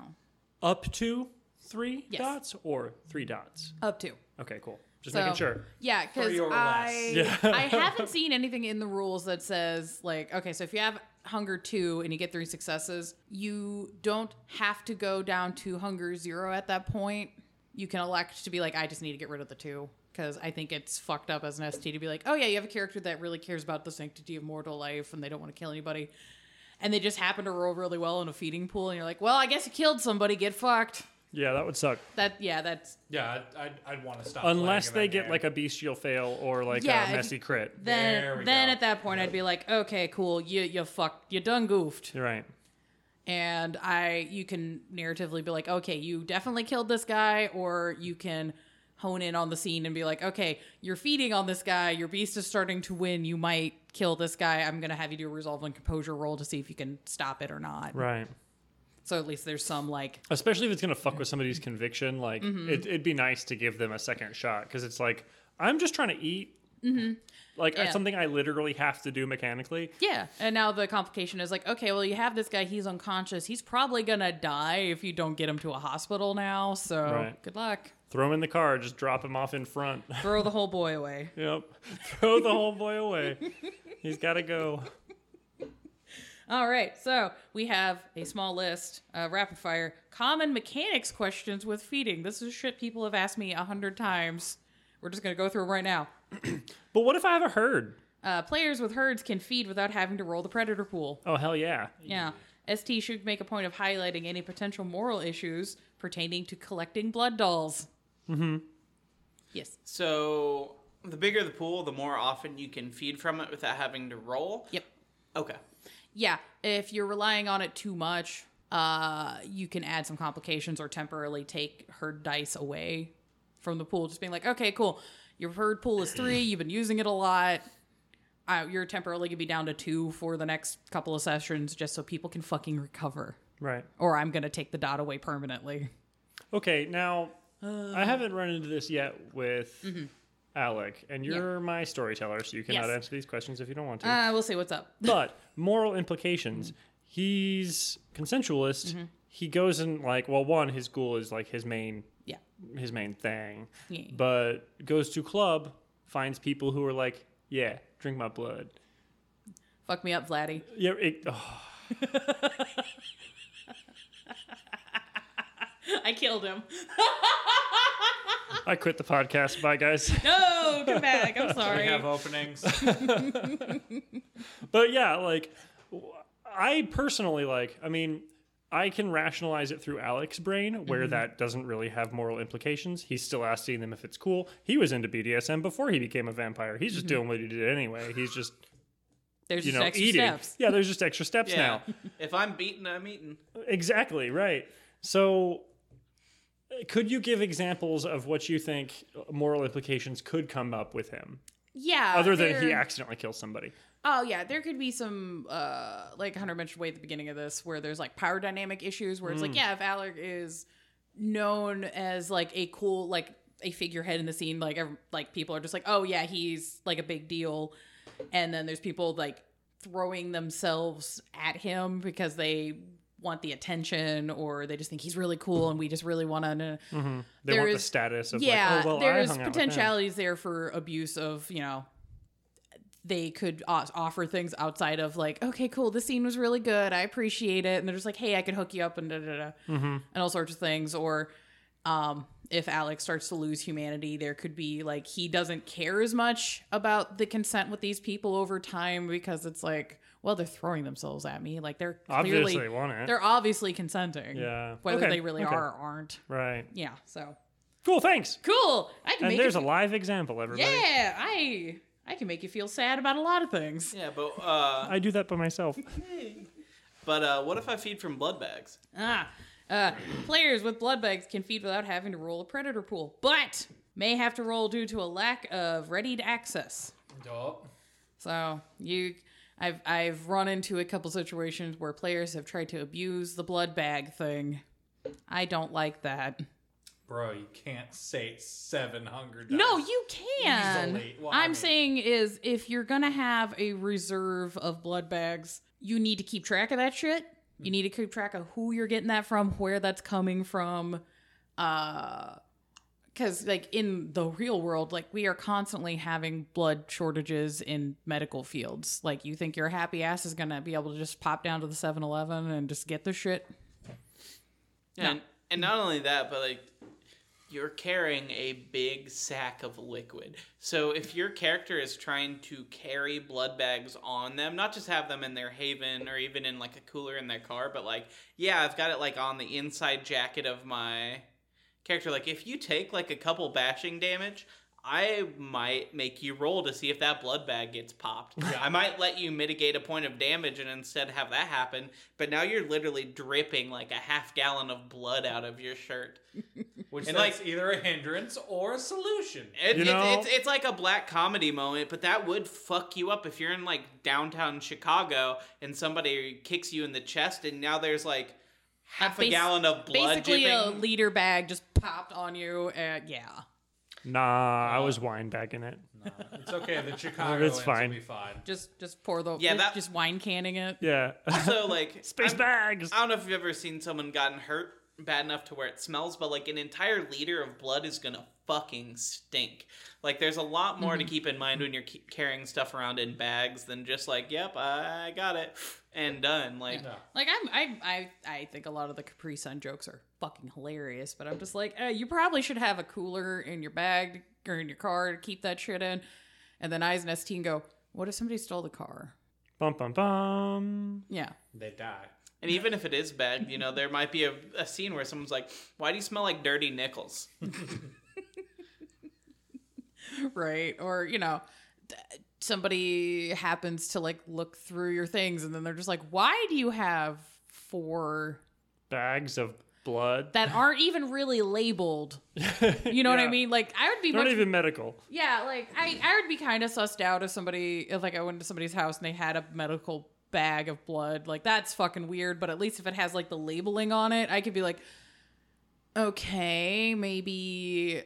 Speaker 1: Up to three
Speaker 4: Yes.
Speaker 1: dots or three dots?
Speaker 4: Up to.
Speaker 1: Okay, cool. Just making
Speaker 4: So-
Speaker 1: sure.
Speaker 4: Yeah, because
Speaker 5: Three or
Speaker 4: I,
Speaker 1: less. Yeah.
Speaker 4: I haven't seen anything in the rules that says, like, okay, so if you have hunger two and you get three successes, you don't have to go down to hunger zero at that point. You can elect to be like, I just need to get rid of the two. Because I think it's fucked up as an ST to be like, oh, yeah, you have a character that really cares about the sanctity of mortal life and they don't want to kill anybody. And they just happen to roll really well in a feeding pool. And you're like, well, I guess you killed somebody. Get fucked.
Speaker 1: Yeah, that would suck.
Speaker 4: That, yeah, that's
Speaker 5: Yeah, I'd, I'd, I'd want to stop.
Speaker 1: Unless
Speaker 5: playing
Speaker 1: they
Speaker 5: in that
Speaker 1: get
Speaker 5: game.
Speaker 1: like a bestial fail or like
Speaker 4: Yeah, if
Speaker 1: a
Speaker 4: you-
Speaker 1: messy crit.
Speaker 5: There
Speaker 4: then
Speaker 5: we
Speaker 4: then
Speaker 5: go.
Speaker 4: at that point I'd be like, okay, cool, you you fucked, you done goofed,
Speaker 1: You're right.
Speaker 4: and I you can narratively be like, okay, you definitely killed this guy, or you can hone in on the scene and be like, okay, you're feeding on this guy, your beast is starting to win, you might kill this guy. I'm gonna have you do a resolve and composure roll to see if you can stop it or not.
Speaker 1: Right.
Speaker 4: So at least there's some like
Speaker 1: Especially if it's going to fuck with somebody's conviction. Like,
Speaker 4: Mm-hmm.
Speaker 1: it, it'd be nice to give them a second shot because it's like, I'm just trying to eat. Like,
Speaker 4: Mm-hmm. Yeah.
Speaker 1: it's something I literally have to do mechanically.
Speaker 4: Yeah. And now the complication is like, okay, well, you have this guy, he's unconscious. He's probably going to die if you don't get him to a hospital now. So
Speaker 1: Right.
Speaker 4: good luck.
Speaker 1: Throw him in the car, just drop him off in front. [LAUGHS]
Speaker 4: Throw the whole boy away.
Speaker 1: yep. [LAUGHS] Throw the whole boy away. He's got to go.
Speaker 4: All right. So we have a small list, uh, rapid fire, common mechanics questions with feeding. This is shit people have asked me a hundred times. We're just going to go through 'em right now.
Speaker 1: But what if I have a herd?
Speaker 4: Uh, players with herds can feed without having to roll the predator pool.
Speaker 1: Oh, hell yeah.
Speaker 4: Yeah. ST should make a point of highlighting any potential moral issues pertaining to collecting blood dolls. Mm hmm. Yes.
Speaker 3: So the bigger the pool, the more often you can feed from it without having to roll.
Speaker 4: Yep.
Speaker 3: Okay.
Speaker 4: Yeah. If you're relying on it too much, uh, you can add some complications or temporarily take herd dice away from the pool. Just being like, okay, cool. Your herd pool is three. You've been using it a lot. Uh, you're temporarily going to be down to two for the next couple of sessions just so people can fucking recover.
Speaker 1: Right.
Speaker 4: Or I'm going to take the dot away permanently.
Speaker 1: Okay, now
Speaker 4: Uh.
Speaker 1: I haven't run into this yet with Alec, and
Speaker 4: Mm-hmm. Yeah.
Speaker 1: you're my storyteller, so you cannot
Speaker 4: Yes.
Speaker 1: answer these questions if you don't want to.
Speaker 4: Uh, we'll see what's up.
Speaker 1: but moral implications. He's consensualist. He goes and like, well, one, his ghoul is like his main
Speaker 4: Yeah.
Speaker 1: his main thing,
Speaker 4: Yeah.
Speaker 1: but goes to club, finds people who are like, yeah, drink my blood.
Speaker 4: Fuck me up, Vladdy.
Speaker 1: Yeah, it, oh,
Speaker 4: [LAUGHS] I killed him.
Speaker 1: I quit the podcast. Bye, guys.
Speaker 4: No, come back.
Speaker 1: [LAUGHS]
Speaker 4: I'm
Speaker 5: We
Speaker 4: sorry.
Speaker 5: have
Speaker 1: uh,
Speaker 5: openings.
Speaker 1: but yeah, like w- I personally like. I mean, I can rationalize it through Alec's brain, where
Speaker 4: Mm-hmm.
Speaker 1: that doesn't really have moral implications. He's still asking them if it's cool. He was into BDSM before he became a vampire. He's just doing what he did anyway. He's just
Speaker 4: There's
Speaker 1: you
Speaker 4: Mm-hmm. just
Speaker 1: know,
Speaker 4: extra
Speaker 1: eating.
Speaker 4: steps.
Speaker 1: Yeah, there's just extra steps
Speaker 3: Yeah.
Speaker 1: now.
Speaker 3: if I'm beaten, I'm eaten.
Speaker 1: Exactly, right. So uh, could you give examples of what you think moral implications could come up with him
Speaker 4: Yeah.
Speaker 1: other than he
Speaker 4: they're-
Speaker 1: accidentally kills somebody?
Speaker 4: Oh yeah, there could be some uh like Hunter mentioned way at the beginning of this where there's like power dynamic issues where it's like, yeah, if Alaric is known as like a cool like a figurehead in the scene, like ev- like people are just like, oh yeah, he's like a big deal, and then there's people like throwing themselves at him because they want the attention or they just think he's really cool and we just really want to
Speaker 1: They
Speaker 4: There
Speaker 1: want the
Speaker 4: is-
Speaker 1: status of
Speaker 4: yeah,
Speaker 1: like, oh well, I
Speaker 4: there's
Speaker 1: hung out with him.
Speaker 4: potentialities there for abuse of you know. They could o- offer things outside of like, okay, cool, this scene was really good, I appreciate it, and they're just like, hey, I can hook you up and da da da,
Speaker 1: Mm-hmm.
Speaker 4: and all sorts of things. Or um, if Alex starts to lose humanity, there could be like he doesn't care as much about the consent with these people over time because it's like, well, they're throwing themselves at me, like they're clearly
Speaker 1: Obviously, they want it.
Speaker 4: they're obviously consenting,
Speaker 1: Yeah.
Speaker 4: whether
Speaker 1: Okay,
Speaker 4: they really
Speaker 1: okay.
Speaker 4: are or aren't.
Speaker 1: Right.
Speaker 4: Yeah, so
Speaker 1: Cool. Thanks.
Speaker 4: cool. I can
Speaker 1: And
Speaker 4: make
Speaker 1: there's
Speaker 4: it
Speaker 1: a live example, everybody.
Speaker 4: yeah, I I can make you feel sad about a lot of things.
Speaker 3: Yeah, but
Speaker 1: [LAUGHS]
Speaker 3: uh,
Speaker 1: I do that by myself.
Speaker 3: but uh, what if I feed from blood bags?
Speaker 4: Ah, uh, players with blood bags can feed without having to roll a predator pool, but may have to roll due to a lack of readied access.
Speaker 5: Oh,
Speaker 4: So you, I've I've run into a couple situations where players have tried to abuse the blood bag thing. I don't like that.
Speaker 5: bro, you can't say seven hunger.
Speaker 4: No,
Speaker 5: dice.
Speaker 4: you can.
Speaker 5: Easily. Well, I
Speaker 4: I'm
Speaker 5: mean-
Speaker 4: saying is if you're gonna have a reserve of blood bags, you need to keep track of that shit.
Speaker 5: Hmm.
Speaker 4: You need to keep track of who you're getting that from, where that's coming from. Uh because like in the real world like we are constantly having blood shortages in medical fields like you think your happy ass is gonna be able to just pop down to the 7-eleven and just get the shit
Speaker 3: Yeah. And, and not only that, but like you're carrying a big sack of liquid. So if your character is trying to carry blood bags on them, not just have them in their haven or even in like a cooler in their car, but like, yeah, I've got it like on the inside jacket of my character. Like if you take like a couple bashing damage, I might make you roll to see if that blood bag gets popped. I might let you mitigate a point of damage and instead have that happen, but now you're literally dripping like a half gallon of blood out of your shirt.
Speaker 5: Which
Speaker 3: And,
Speaker 5: is
Speaker 3: like-
Speaker 5: either a hindrance or a solution.
Speaker 3: It,
Speaker 1: You
Speaker 3: it-
Speaker 1: know-
Speaker 3: it's, it's like a black comedy moment, but that would fuck you up if you're in like downtown Chicago and somebody kicks you in the chest and now there's like half a,
Speaker 4: bas-
Speaker 3: gallon of blood
Speaker 4: basically
Speaker 3: dripping.
Speaker 4: a liter bag just popped on you and yeah
Speaker 1: Nah, I was wine bagging it.
Speaker 5: It's okay.
Speaker 1: [LAUGHS]
Speaker 5: The Chicago
Speaker 1: It's
Speaker 5: it's
Speaker 1: fine.
Speaker 5: will be fine.
Speaker 4: just just pour the
Speaker 3: Yeah, that-
Speaker 4: just wine canning it.
Speaker 1: Yeah. [LAUGHS]
Speaker 3: [LAUGHS]
Speaker 4: [LAUGHS]
Speaker 3: so like
Speaker 1: Space
Speaker 3: I'm-
Speaker 1: bags.
Speaker 3: I don't know if you've ever seen someone gotten hurt bad enough to where it smells, but like an entire liter of blood is gonna fucking stink. Like there's a lot more
Speaker 4: Mm-hmm.
Speaker 3: to keep in mind when you're keep carrying stuff around in bags than just like, yep, I got it and done. Like,
Speaker 5: Yeah.
Speaker 4: Like I'm I I I think a lot of the Capri Sun jokes are fucking hilarious, but I'm just like, eh, you probably should have a cooler in your bag or in your car to keep that shit in. And then I as an ST and go, what if somebody stole the car?
Speaker 1: Bum bum bum.
Speaker 4: Yeah. [LAUGHS]
Speaker 5: They die.
Speaker 3: and even if it is bagged, you know, there might be a, a scene where someone's like, "Why do you smell like dirty nickels?"
Speaker 4: Right. Or, you know, th- somebody happens to like look through your things and then they're just like, why do you have four
Speaker 1: Bags of blood.
Speaker 4: that aren't even really
Speaker 1: [LAUGHS]
Speaker 4: labeled? You know what I
Speaker 1: Yeah.
Speaker 4: mean? Like I would be
Speaker 1: They're
Speaker 4: much
Speaker 1: not even medical.
Speaker 4: Yeah, like I, I would be kind of sussed out if somebody, if like I went to somebody's house and they had a medical bag of blood. Like that's fucking weird. But at least if it has like the labeling on it, I could be like, okay, maybe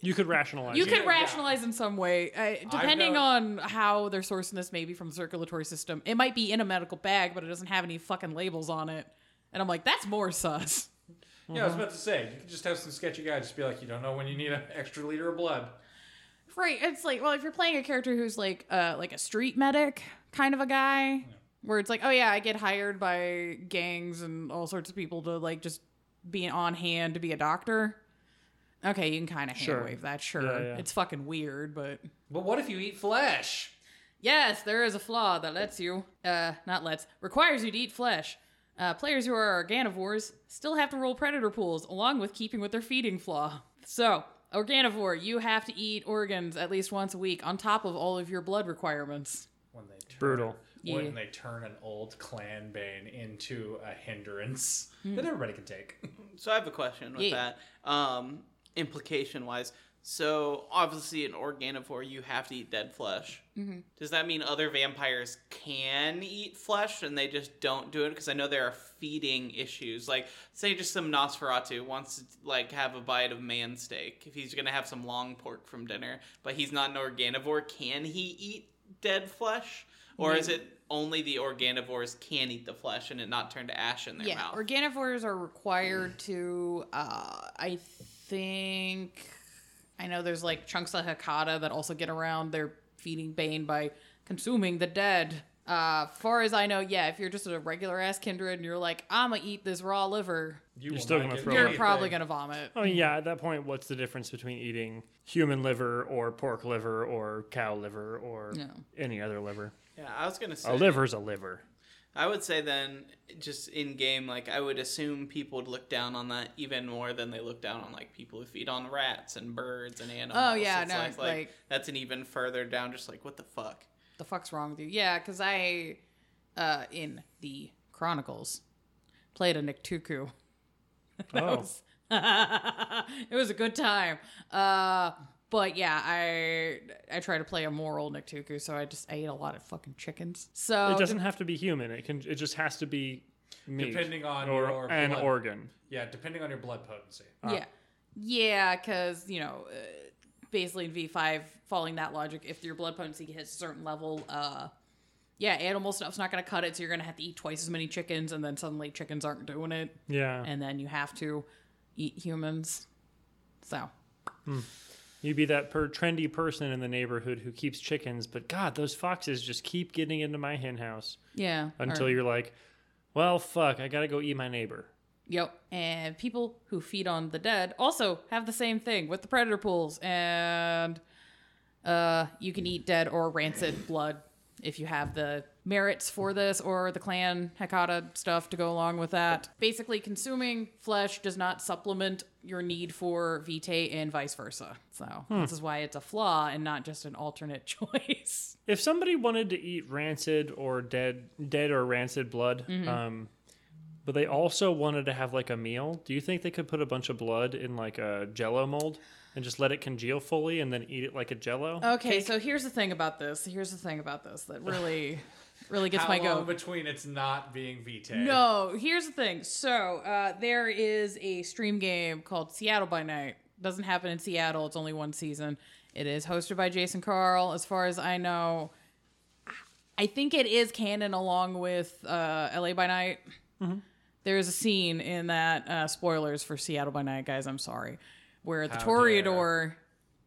Speaker 1: You could rationalize.
Speaker 4: you
Speaker 1: it.
Speaker 4: could
Speaker 5: yeah.
Speaker 4: rationalize in some way, I, depending on
Speaker 5: known-
Speaker 4: how they're sourcing this. Maybe from the circulatory system, it might be in a medical bag, but it doesn't have any fucking labels on it. And I'm like, that's more sus.
Speaker 5: Yeah, I
Speaker 1: Mm-hmm.
Speaker 5: was about to say, you could just have some sketchy guy just be like, you don't know when you need an extra liter of blood.
Speaker 4: Right. It's like, well, if you're playing a character who's like uh like a street medic kind of a guy, where it's like, oh yeah, I get hired by gangs and all sorts of people to like just be on hand to be a doctor. Okay, you can kind of
Speaker 1: Sure.
Speaker 4: hand wave that. Sure,
Speaker 1: Yeah, yeah.
Speaker 4: it's fucking weird, but
Speaker 5: But what if you eat flesh?
Speaker 4: yes, there is a flaw that lets you, uh, not lets, requires you to eat flesh. Uh, players who are organivores still have to roll predator pools, along with keeping with their feeding flaw. So, organivore, you have to eat organs at least once a week, on top of all of your blood requirements.
Speaker 5: When they turn,
Speaker 1: Brutal.
Speaker 5: wouldn't they turn an old clan bane into a hindrance
Speaker 1: Hmm.
Speaker 5: that everybody can take? [LAUGHS]
Speaker 3: So I have a question with
Speaker 4: Yeah.
Speaker 3: that. Um, implication wise. So obviously in Organophore you have to eat dead flesh.
Speaker 4: Mm-hmm.
Speaker 3: Does that mean other vampires can eat flesh and they just don't do it? Because I know there are feeding issues. Like say just some Nosferatu wants to like have a bite of man steak if he's gonna have some long pork from dinner, but he's not an organivore, can he eat dead flesh? Or is it only the organivores can eat the flesh and it not turn to ash in their
Speaker 4: Yeah,
Speaker 3: mouth?
Speaker 4: organivores are required to. Uh, I think I know there's like chunks of Hakata that also get around their feeding bane by consuming the dead. Uh, far as I know, yeah, if you're just a regular ass kindred and you're like, I'ma eat this raw liver,
Speaker 5: You
Speaker 1: You're
Speaker 5: will
Speaker 1: still
Speaker 5: not
Speaker 1: gonna
Speaker 5: get
Speaker 1: throw
Speaker 4: you're
Speaker 1: it.
Speaker 5: anything.
Speaker 4: probably gonna vomit.
Speaker 1: I mean, yeah, at that point, what's the difference between eating human liver or pork liver or cow liver or
Speaker 4: Yeah.
Speaker 1: any other liver?
Speaker 3: yeah, I was gonna say
Speaker 1: A liver's a liver.
Speaker 3: I would say then, just in game, like I would assume people would look down on that even more than they look down on like people who feed on rats and birds and animals.
Speaker 4: Oh, yeah,
Speaker 3: It's
Speaker 4: no,
Speaker 3: like,
Speaker 4: like-
Speaker 3: that's an even further down. Just like what the fuck?
Speaker 4: the fuck's wrong with you? Yeah, because I, uh, in the Chronicles, played a Niktuku. [LAUGHS] That
Speaker 1: Oh.
Speaker 4: was- [LAUGHS] it was a good time. Uh, but yeah, I I try to play a moral Niktuku, so I just I ate a lot of fucking chickens. So
Speaker 1: It doesn't have to be human. It can. It just has to be meat,
Speaker 5: Depending on
Speaker 1: or
Speaker 5: your
Speaker 1: an
Speaker 5: blood.
Speaker 1: organ.
Speaker 5: Yeah, depending on your blood potency.
Speaker 4: yeah, yeah, because you know, uh, basically in V five, following that logic, if your blood potency hits a certain level, uh. Yeah, animal stuff's not gonna cut it, so you're gonna have to eat twice as many chickens, and then suddenly chickens aren't doing it.
Speaker 1: Yeah,
Speaker 4: and then you have to eat humans. So
Speaker 1: you'd be that per trendy person in the neighborhood who keeps chickens, but God, those foxes just keep getting into my hen house
Speaker 4: yeah,
Speaker 1: until
Speaker 4: or-
Speaker 1: you're like, well, fuck, I gotta go eat my neighbor.
Speaker 4: yep. And people who feed on the dead also have the same thing with the predator pools, and uh, you can eat dead or rancid blood if you have the merits for this or the clan Hecata stuff to go along with that. Basically, consuming flesh does not supplement your need for vitae and vice versa. So this is why it's a flaw and not just an alternate [LAUGHS] choice.
Speaker 1: If somebody wanted to eat rancid or dead, dead or rancid blood,
Speaker 4: Mm-hmm.
Speaker 1: um, but they also wanted to have like a meal, do you think they could put a bunch of blood in like a Jello mold and just let it congeal fully and then eat it like a Jello?
Speaker 4: Okay, so here's the thing about this. Here's the thing about this that really, really gets
Speaker 5: How
Speaker 4: my
Speaker 5: long
Speaker 4: goat.
Speaker 5: between it's not being vitae?
Speaker 4: no, here's the thing. So uh, there is a stream game called Seattle by Night. Doesn't happen in Seattle. It's only one season. It is hosted by Jason Carl. As far as I know, I think it is canon along with uh, LA by Night.
Speaker 1: Mm-hmm.
Speaker 4: There's a scene in that uh, spoilers for Seattle by Night, guys. I'm sorry, where the
Speaker 5: How
Speaker 4: Toreador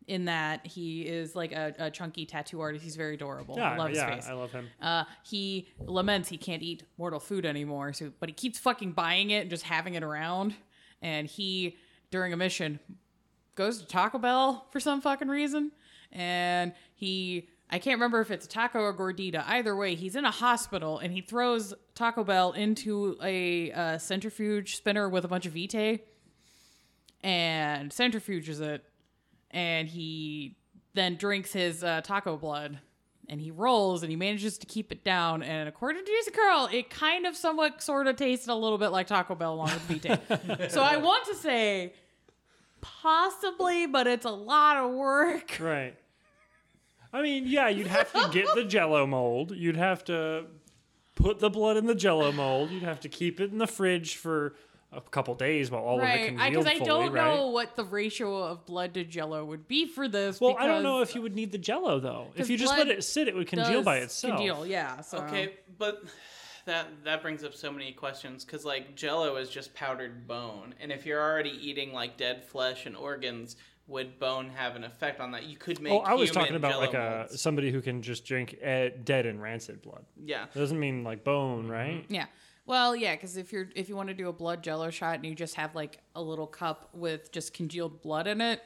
Speaker 4: in that he is like a, a chunky tattoo artist. He's very adorable. I
Speaker 1: Yeah,
Speaker 4: love his
Speaker 1: yeah,
Speaker 4: face.
Speaker 1: I love him.
Speaker 4: Uh, he laments he can't eat mortal food anymore, so but he keeps fucking buying it and just having it around. And he, during a mission, goes to Taco Bell for some fucking reason, and he. I can't remember if it's a taco or gordita. Either way, he's in a hospital and he throws Taco Bell into a uh, centrifuge spinner with a bunch of vitae and centrifuges it. And he then drinks his uh, taco blood and he rolls and he manages to keep it down. And according to Jason Curl, it kind of somewhat sort of tasted a little bit like Taco Bell along with vitae. so I want to say possibly, but it's a lot of work.
Speaker 1: Right. I mean, yeah, you'd have to get the jello mold. You'd have to put the blood in the jello mold. You'd have to keep it in the fridge for a couple days while all of it
Speaker 4: Right,
Speaker 1: congealed
Speaker 4: because I,
Speaker 1: fully,
Speaker 4: don't
Speaker 1: right?
Speaker 4: know what the ratio of blood to Jello would be for this.
Speaker 1: Well, I don't know
Speaker 4: because
Speaker 1: if you would need the jello though. If you
Speaker 4: Because
Speaker 1: just let
Speaker 4: blood
Speaker 1: it sit, it would congeal by
Speaker 4: does
Speaker 1: itself.
Speaker 4: Congeal, yeah. So.
Speaker 3: Okay, but that that brings up so many questions because like Jello is just powdered bone, and if you're already eating like dead flesh and organs, would bone have an effect on that? You could make.
Speaker 1: Oh, I was talking
Speaker 3: human
Speaker 1: about
Speaker 3: Jell-O
Speaker 1: like a
Speaker 3: molds.
Speaker 1: somebody who can just drink eh, dead and rancid blood. [LAUGHS]
Speaker 3: yeah.
Speaker 1: Doesn't mean like bone, right?
Speaker 4: Yeah. Well, yeah, because if you're if you want to do a blood jello shot and you just have like a little cup with just congealed blood in it,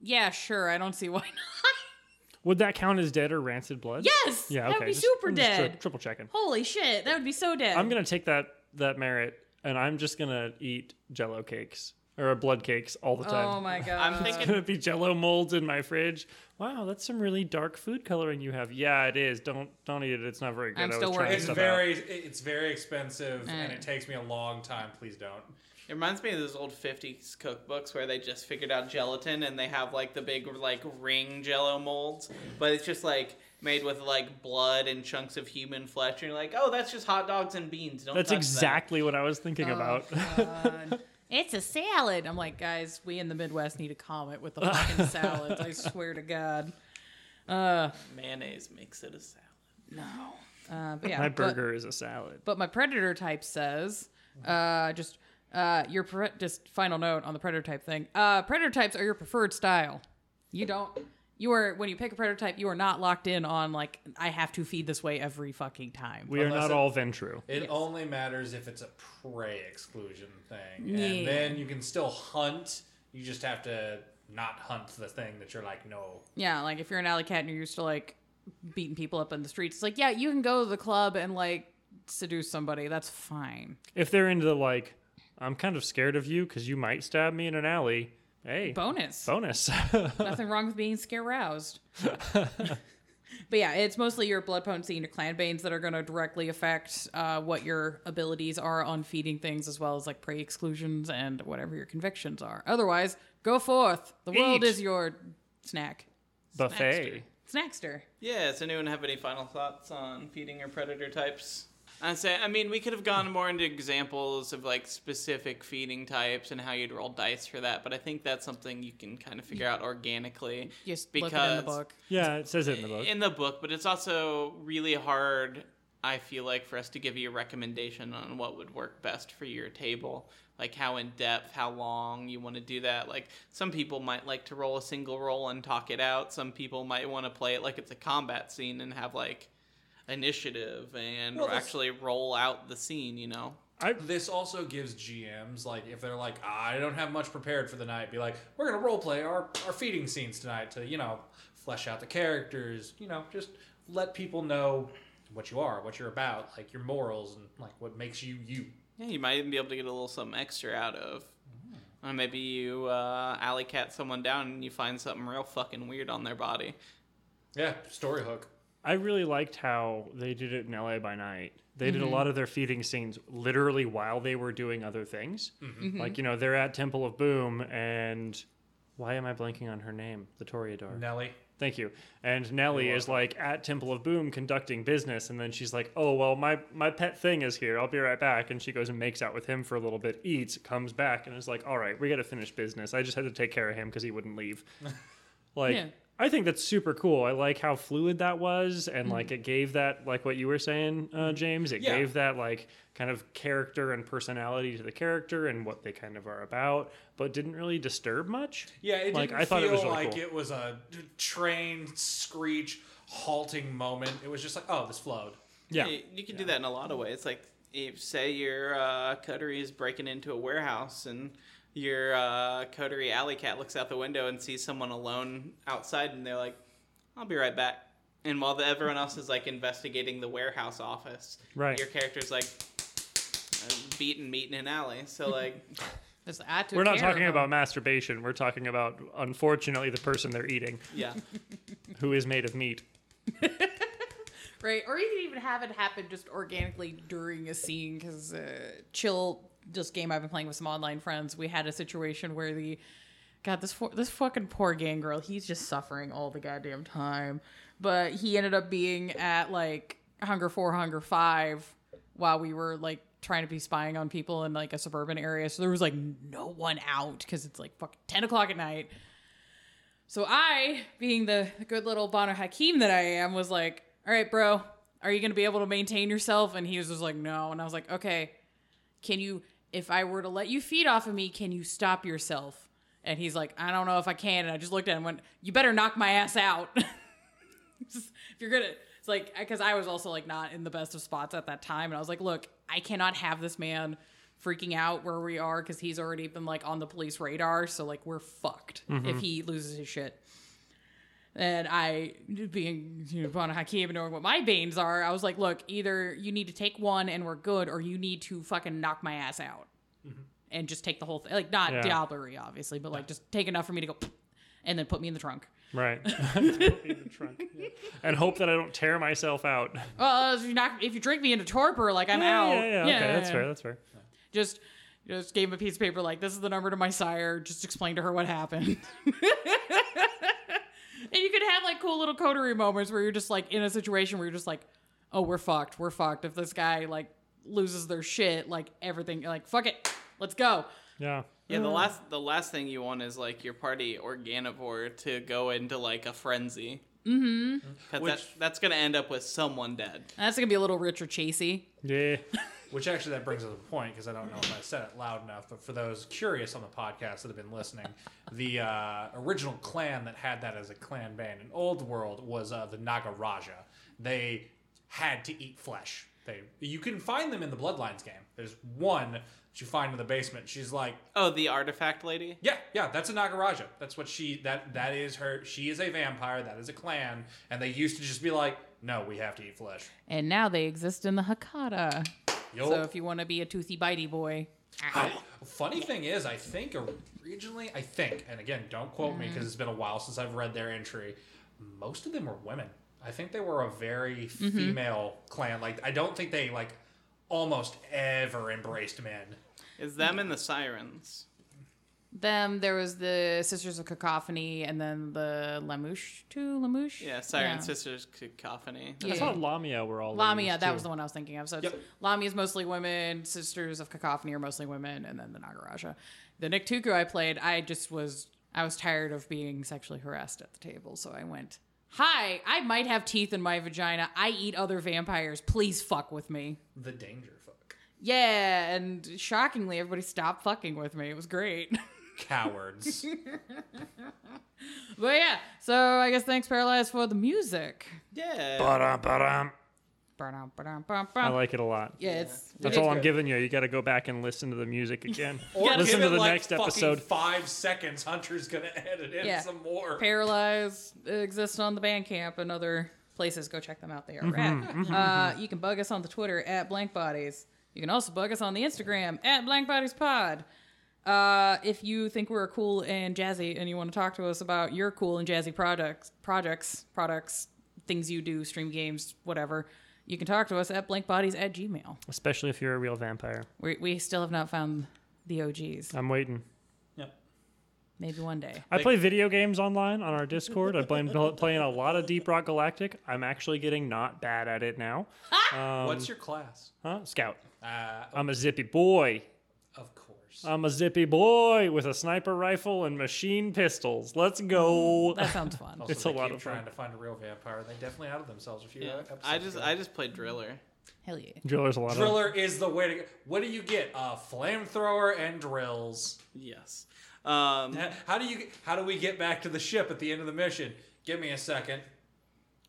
Speaker 4: yeah, sure. I don't see why [LAUGHS] not.
Speaker 1: Would that count as dead or rancid blood?
Speaker 4: yes. That
Speaker 1: Yeah. Okay.
Speaker 4: would be
Speaker 1: just-
Speaker 4: super
Speaker 1: I'm just tri-
Speaker 4: dead.
Speaker 1: triple checking.
Speaker 4: Holy shit, that would be so dead.
Speaker 1: I'm gonna take that that merit, and I'm just gonna eat Jello cakes. or uh, blood cakes all the time.
Speaker 4: Oh [LAUGHS]
Speaker 1: [LAUGHS]
Speaker 4: my god.
Speaker 3: I'm
Speaker 1: It's
Speaker 3: thinking
Speaker 1: gonna be Jello molds in my fridge. Wow, that's some really dark food coloring you have. Yeah, it is. Don't don't eat it. It's not very good.
Speaker 4: I'm
Speaker 1: I was
Speaker 4: still
Speaker 1: trying
Speaker 4: worried.
Speaker 5: It's
Speaker 1: stuff out.
Speaker 5: very it's very expensive and
Speaker 4: Mm.
Speaker 5: it takes me a long time. Please don't.
Speaker 3: It reminds me of those old 50s cookbooks where they just figured out gelatin and they have like the big like ring jello molds, but it's just like made with like blood and chunks of human flesh and you're like, "Oh, that's just hot dogs and beans." Don't
Speaker 1: That's
Speaker 3: touch that."
Speaker 1: exactly what I was thinking about.
Speaker 4: Oh, God. It's a salad. I'm like, guys, we in the Midwest need a comment with the
Speaker 1: [LAUGHS]
Speaker 4: fucking salads. I swear to God. Uh,
Speaker 3: Mayonnaise makes it a salad.
Speaker 4: no. Uh, but yeah,
Speaker 1: [LAUGHS] my
Speaker 4: but-
Speaker 1: burger is a salad.
Speaker 4: But my predator type says, uh, just uh, your pre- just final note on the predator type thing. Uh, predator types are your preferred style. You don't. You are when you pick a predator type, you are not locked in on like I have to feed this way every fucking time.
Speaker 1: We are
Speaker 5: Unless
Speaker 1: not
Speaker 5: it-
Speaker 1: all Ventru.
Speaker 5: It only matters if it's a prey exclusion thing.
Speaker 4: Yeah.
Speaker 5: And then you can still hunt. You just have to not hunt the thing that you're like, no.
Speaker 4: Yeah, like if you're an alley cat and you're used to like beating people up in the streets, it's like yeah, you can go to the club and like seduce somebody. That's fine.
Speaker 1: If they're into the like, I'm kind of scared of you because you might stab me in an alley. Hey,
Speaker 4: Bonus.
Speaker 1: [LAUGHS] bonus.
Speaker 4: Nothing wrong with being scare
Speaker 1: [LAUGHS]
Speaker 4: roused. but yeah, it's mostly your blood potency and your clan banes that are going to directly affect uh, what your abilities are on feeding things, as well as like prey exclusions and whatever your convictions are. Otherwise, go forth. The world
Speaker 1: Eat.
Speaker 4: is your snack.
Speaker 1: Buffet.
Speaker 4: Snackster.
Speaker 3: Yeah, does anyone have any final thoughts on feeding your predator types? I say, I mean, we could have gone more into examples of like specific feeding types and how you'd roll dice for that, but I think that's something you can kind of figure out organically.
Speaker 4: Just
Speaker 3: because
Speaker 4: look it in the book.
Speaker 1: Yeah, it says it in the book.
Speaker 3: in the book, but it's also really hard. I feel like for us to give you a recommendation on what would work best for your table, like how in depth, how long you want to do that. Like some people might like to roll a single roll and talk it out. Some people might want to play it like it's a combat scene and have like initiative and
Speaker 5: Well, that's-
Speaker 3: actually roll out the scene. You know,
Speaker 5: This also gives GMs, like, if they're like, "Ah, I don't have much prepared for the night, be like, we're going to role play our, our feeding scenes tonight to, you know, flesh out the characters, you know, just let people know what you are, what you're about, like your morals and like what makes you you.
Speaker 3: yeah, you might even be able to get a little something extra out of. Or maybe you uh, alley cat someone down and you find something real fucking weird on their body.
Speaker 5: Yeah, story hook.
Speaker 1: I really liked how they did it in LA by night. They did a lot of their feeding scenes literally while they were doing other things. Like, you know, they're at Temple of Boom and why am I blanking on her name? The Toreador.
Speaker 5: Nelly.
Speaker 1: Thank you. And Nellie is like at Temple of Boom conducting business, and then she's like, "Oh well, my my pet thing is here. I'll be right back." And she goes and makes out with him for a little bit, eats, comes back, and is like, "All right, we got to finish business. I just had to take care of him because he wouldn't leave." like,
Speaker 4: Yeah.
Speaker 1: I think that's super cool. I like how fluid that was, and like it gave that like what you were saying, uh, James. It
Speaker 5: Yeah.
Speaker 1: gave that like kind of character and personality to the character and what they kind of are about, but didn't really disturb much.
Speaker 5: Yeah, it
Speaker 1: Like,
Speaker 5: didn't
Speaker 1: I thought it
Speaker 5: feel
Speaker 1: was really
Speaker 5: like
Speaker 1: cool.
Speaker 5: it was a d- train screech halting moment. It was just like, oh, this flowed.
Speaker 1: Yeah.
Speaker 3: You, you can do that in a lot of ways. Like, if say your uh, coterie is breaking into a warehouse and your uh, coterie alley cat looks out the window and sees someone alone outside and they're like, I'll be right back. And while the, everyone else is like investigating the warehouse office,
Speaker 1: Right.
Speaker 3: your character's like uh, beating meat in an alley.
Speaker 1: [LAUGHS]
Speaker 3: So, like,
Speaker 4: That's the I took
Speaker 1: We're not
Speaker 4: care of
Speaker 1: talking
Speaker 4: them.
Speaker 1: about masturbation. We're talking about, unfortunately, the person they're eating
Speaker 3: yeah.
Speaker 1: who is made of meat.
Speaker 4: Right, or you can even have it happen just organically during a scene because uh, chill, just game I've been playing with some online friends. We had a situation where the God, this fo- this fucking poor gangrel, he's just suffering all the goddamn time. But he ended up being at like Hunger Four, Hunger Five, while we were like trying to be spying on people in like a suburban area. So there was like no one out because it's like fucking ten o'clock at night. So I, being the good little Bono Hakim that I am, was like, all right, bro, are you going to be able to maintain yourself? And he was just like, no. And I was like, okay, can you, if I were to let you feed off of me, can you stop yourself? And he's like, I don't know if I can. And I just looked at him and went, you better knock my ass out. [LAUGHS] Just- [LAUGHS] if you're going to, it's like, because I was also like not in the best of spots at that time. And I was like, look, I cannot have this man freaking out where we are because he's already been like on the police radar. So like, we're fucked if he loses his shit. And I, being you know, Von Hakim and knowing what my veins are, I was like, look, either you need to take one and we're good, or you need to fucking knock my ass out. and just take the whole thing. Like not
Speaker 1: Yeah.
Speaker 4: diablerie, obviously, but like just take enough for me to go and then put me in the trunk.
Speaker 1: Right. [LAUGHS] Put me in the trunk. Yeah. And hope that I don't tear myself out.
Speaker 4: Well, Uh, if you knock, if you drink me into torpor, like I'm
Speaker 1: yeah,
Speaker 4: out.
Speaker 1: yeah, yeah. Okay, that's fair. That's fair.
Speaker 4: Just just gave him a piece of paper like this is the number to my sire. Just explain to her what
Speaker 1: [LAUGHS]
Speaker 4: happened. and you could have like cool little coterie moments where you're just like in a situation where you're just like, oh, we're fucked. We're fucked. If this guy like loses their shit, like everything, like fuck it, let's go.
Speaker 1: Yeah.
Speaker 3: Yeah, the last the last thing you want is like your party organivore to go into like a frenzy. Mm-hmm. That,
Speaker 5: Which-
Speaker 3: that's gonna end up with someone dead.
Speaker 4: That's gonna be a little Richard Chasey.
Speaker 1: Yeah.
Speaker 5: Which actually that brings us to a point because I don't know if I said it loud enough, but for those curious on the podcast that have been listening, the uh, original clan that had that as a clan band in Old World was uh, the Nagaraja. They had to eat flesh. They you can find them in the Bloodlines game. There's one that you find in the basement. She's like,
Speaker 3: Oh, the artifact lady.
Speaker 5: yeah, yeah, that's a Nagaraja. That's what she that that is her. She is a vampire. That is a clan, and they used to just be like, no, we have to eat flesh.
Speaker 4: And now they exist in the Hakata.
Speaker 5: Yo.
Speaker 4: So if you want to be a toothy bitey boy,
Speaker 5: I, funny thing is, I think originally, I think, and again, don't quote me me because it's been a while since I've read their entry. Most of them were women. I think they were a very
Speaker 4: Mm-hmm.
Speaker 5: female clan. Like, I don't think they like almost ever embraced men.
Speaker 3: Is them and the sirens.
Speaker 4: Them, there was the Sisters of Cacophony, and then the Lamouche too. Lamouche,
Speaker 3: Yeah, siren sisters cacophony.
Speaker 1: I
Speaker 4: Yeah.
Speaker 1: thought Lamia were all
Speaker 4: Lamia,
Speaker 1: ladies,
Speaker 4: that
Speaker 1: too.
Speaker 4: was the one I was thinking of. So it's
Speaker 5: Yep.
Speaker 4: Lamia is mostly women. Sisters of Cacophony are mostly women, and then the Nagaraja. The Niktuku I played, I just was I was tired of being sexually harassed at the table, so I went. Hi, I might have teeth in my vagina. I eat other vampires. Please fuck with me.
Speaker 5: The danger fuck
Speaker 4: Yeah, and shockingly, everybody stopped fucking with me. It was great. [LAUGHS]
Speaker 1: [LAUGHS]
Speaker 5: cowards.
Speaker 4: but yeah, so I guess thanks, Paralyzed, for the music.
Speaker 3: Yeah.
Speaker 1: Ba-dum, ba-dum.
Speaker 4: Ba-dum, ba-dum,
Speaker 1: I
Speaker 4: ba-dum.
Speaker 1: like it a lot.
Speaker 4: Yeah, it's
Speaker 1: Oh, That's all I'm giving you. You got to go back and listen to the music again.
Speaker 5: Or
Speaker 1: listen
Speaker 5: give
Speaker 1: to
Speaker 5: it
Speaker 1: the
Speaker 5: like
Speaker 1: next
Speaker 5: fucking
Speaker 1: episode.
Speaker 5: Five seconds. Hunter's gonna edit in
Speaker 4: Yeah.
Speaker 5: some more.
Speaker 4: Paralyzed exists on the Bandcamp and other places. Go check them out.
Speaker 1: Mm-hmm,
Speaker 4: They are rad. Uh, you can bug us on the Twitter at Blank Bodies. You can also bug us on the Instagram at Blank Bodies Pod. Uh, if you think we're cool and jazzy and you want to talk to us about your cool and jazzy products, projects, products, things you do, stream games, whatever, you can talk to us at blankbodies at gmail.
Speaker 1: Especially if you're a real vampire.
Speaker 4: We, we still have not found the OGs.
Speaker 1: I'm waiting.
Speaker 4: Maybe one day.
Speaker 1: I play video games online on our Discord. [LAUGHS] I've been pl- playing a lot of Deep Rock Galactic. I'm actually getting not bad at it now. Um,
Speaker 5: What's your class?
Speaker 1: Huh? Scout.
Speaker 5: Uh,
Speaker 1: I'm a zippy boy.
Speaker 5: of course.
Speaker 1: I'm a zippy boy with a sniper rifle and machine pistols. Let's go.
Speaker 4: That sounds fun.
Speaker 5: also,
Speaker 1: it's
Speaker 5: they
Speaker 1: a lot
Speaker 5: keep
Speaker 1: of fun.
Speaker 5: trying to find a real vampire. They definitely outed themselves a few
Speaker 3: Yeah.
Speaker 5: episodes.
Speaker 3: I just
Speaker 5: ago.
Speaker 3: I just played driller.
Speaker 4: Hell yeah.
Speaker 1: [LAUGHS] Driller's a lot of
Speaker 5: Driller is the way to go. What do you get? A flamethrower and drills.
Speaker 3: Yes. Um,
Speaker 5: How do you? How do we get back to the ship at the end of the mission? Give me
Speaker 3: [LAUGHS]
Speaker 5: a second.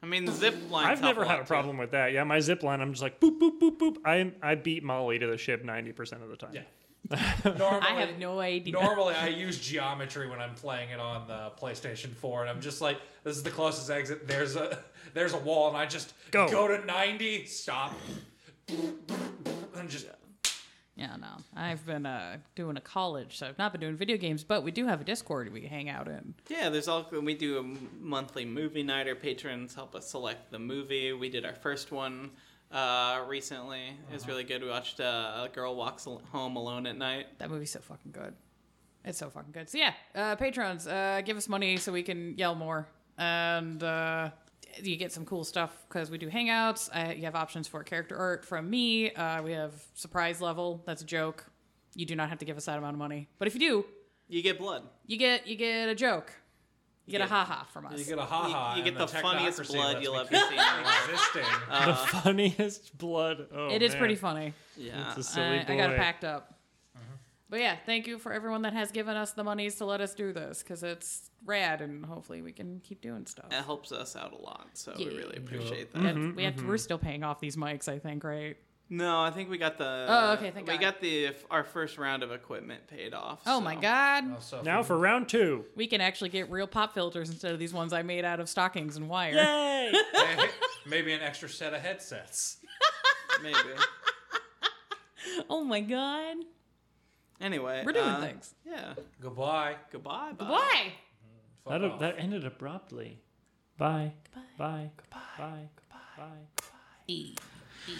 Speaker 3: I mean zip line.
Speaker 1: I've never had a problem with that. Yeah, my zip line, I'm just like boop boop boop boop. I I beat Molly to the ship ninety percent of the time.
Speaker 5: Yeah. Normally,
Speaker 4: I have no idea.
Speaker 5: Normally, I use geometry when I'm playing it on the PlayStation 4, and I'm just like, "This is the closest exit." There's a there's a wall, and I just
Speaker 1: Go.
Speaker 5: go to 90, stop, [LAUGHS] and just
Speaker 4: Yeah, no. I've been uh, doing a college, so I've not been doing video games, but we do have a Discord we hang out in.
Speaker 3: Yeah, there's all we do a monthly movie night. Our patrons help us select the movie. We did our first one uh, recently. It was really good. We watched uh, A Girl Walks Al- Home Alone at Night.
Speaker 4: That movie's so fucking good. It's so fucking good. So yeah, uh, patrons, uh, give us money so we can yell more, and uh, you get some cool stuff because we do hangouts. Uh, you have options for character art from me. Uh, we have surprise level. That's a joke. You do not have to give us that amount of money, but if you do,
Speaker 3: You get blood.
Speaker 4: you get you get a joke. You get a haha from us.
Speaker 5: you get a ha ha.
Speaker 3: you, you get the, funniest blood you'll ever see.
Speaker 5: [LAUGHS] Existing.
Speaker 1: the funniest blood. Oh,
Speaker 4: it is
Speaker 1: man.
Speaker 4: pretty funny.
Speaker 3: yeah.
Speaker 1: It's a silly
Speaker 4: I,
Speaker 1: boy. Mm-hmm.
Speaker 4: I got it packed up. But yeah, thank you for everyone that has given us the monies to let us do this because it's rad and hopefully we can keep doing stuff.
Speaker 3: That helps us out a lot, so we
Speaker 4: Yeah.
Speaker 3: really appreciate that.
Speaker 4: We have-
Speaker 1: Mm-hmm,
Speaker 4: we have to, we're still paying off these mics, I think, right?
Speaker 3: No, I think we got the.
Speaker 4: Oh, okay, thank
Speaker 3: We
Speaker 4: God.
Speaker 3: got the if our first round of equipment paid off.
Speaker 4: Oh
Speaker 3: so.
Speaker 4: my god.
Speaker 5: Also, [LAUGHS] if
Speaker 1: Now
Speaker 5: you-
Speaker 1: for round two.
Speaker 4: We can actually get real pop filters instead of these ones I made out of stockings and wire.
Speaker 1: Yay!
Speaker 5: maybe an extra set of headsets.
Speaker 3: Maybe.
Speaker 4: Oh my god.
Speaker 3: Anyway,
Speaker 4: [LAUGHS]
Speaker 2: We're doing
Speaker 3: uh,
Speaker 2: things.
Speaker 3: Yeah.
Speaker 5: Goodbye.
Speaker 3: Goodbye. Bye.
Speaker 4: Why?
Speaker 5: Fuck
Speaker 1: That,
Speaker 5: off.
Speaker 1: that ended abruptly. Bye. Bye. Bye. Bye. Bye.
Speaker 2: E. E.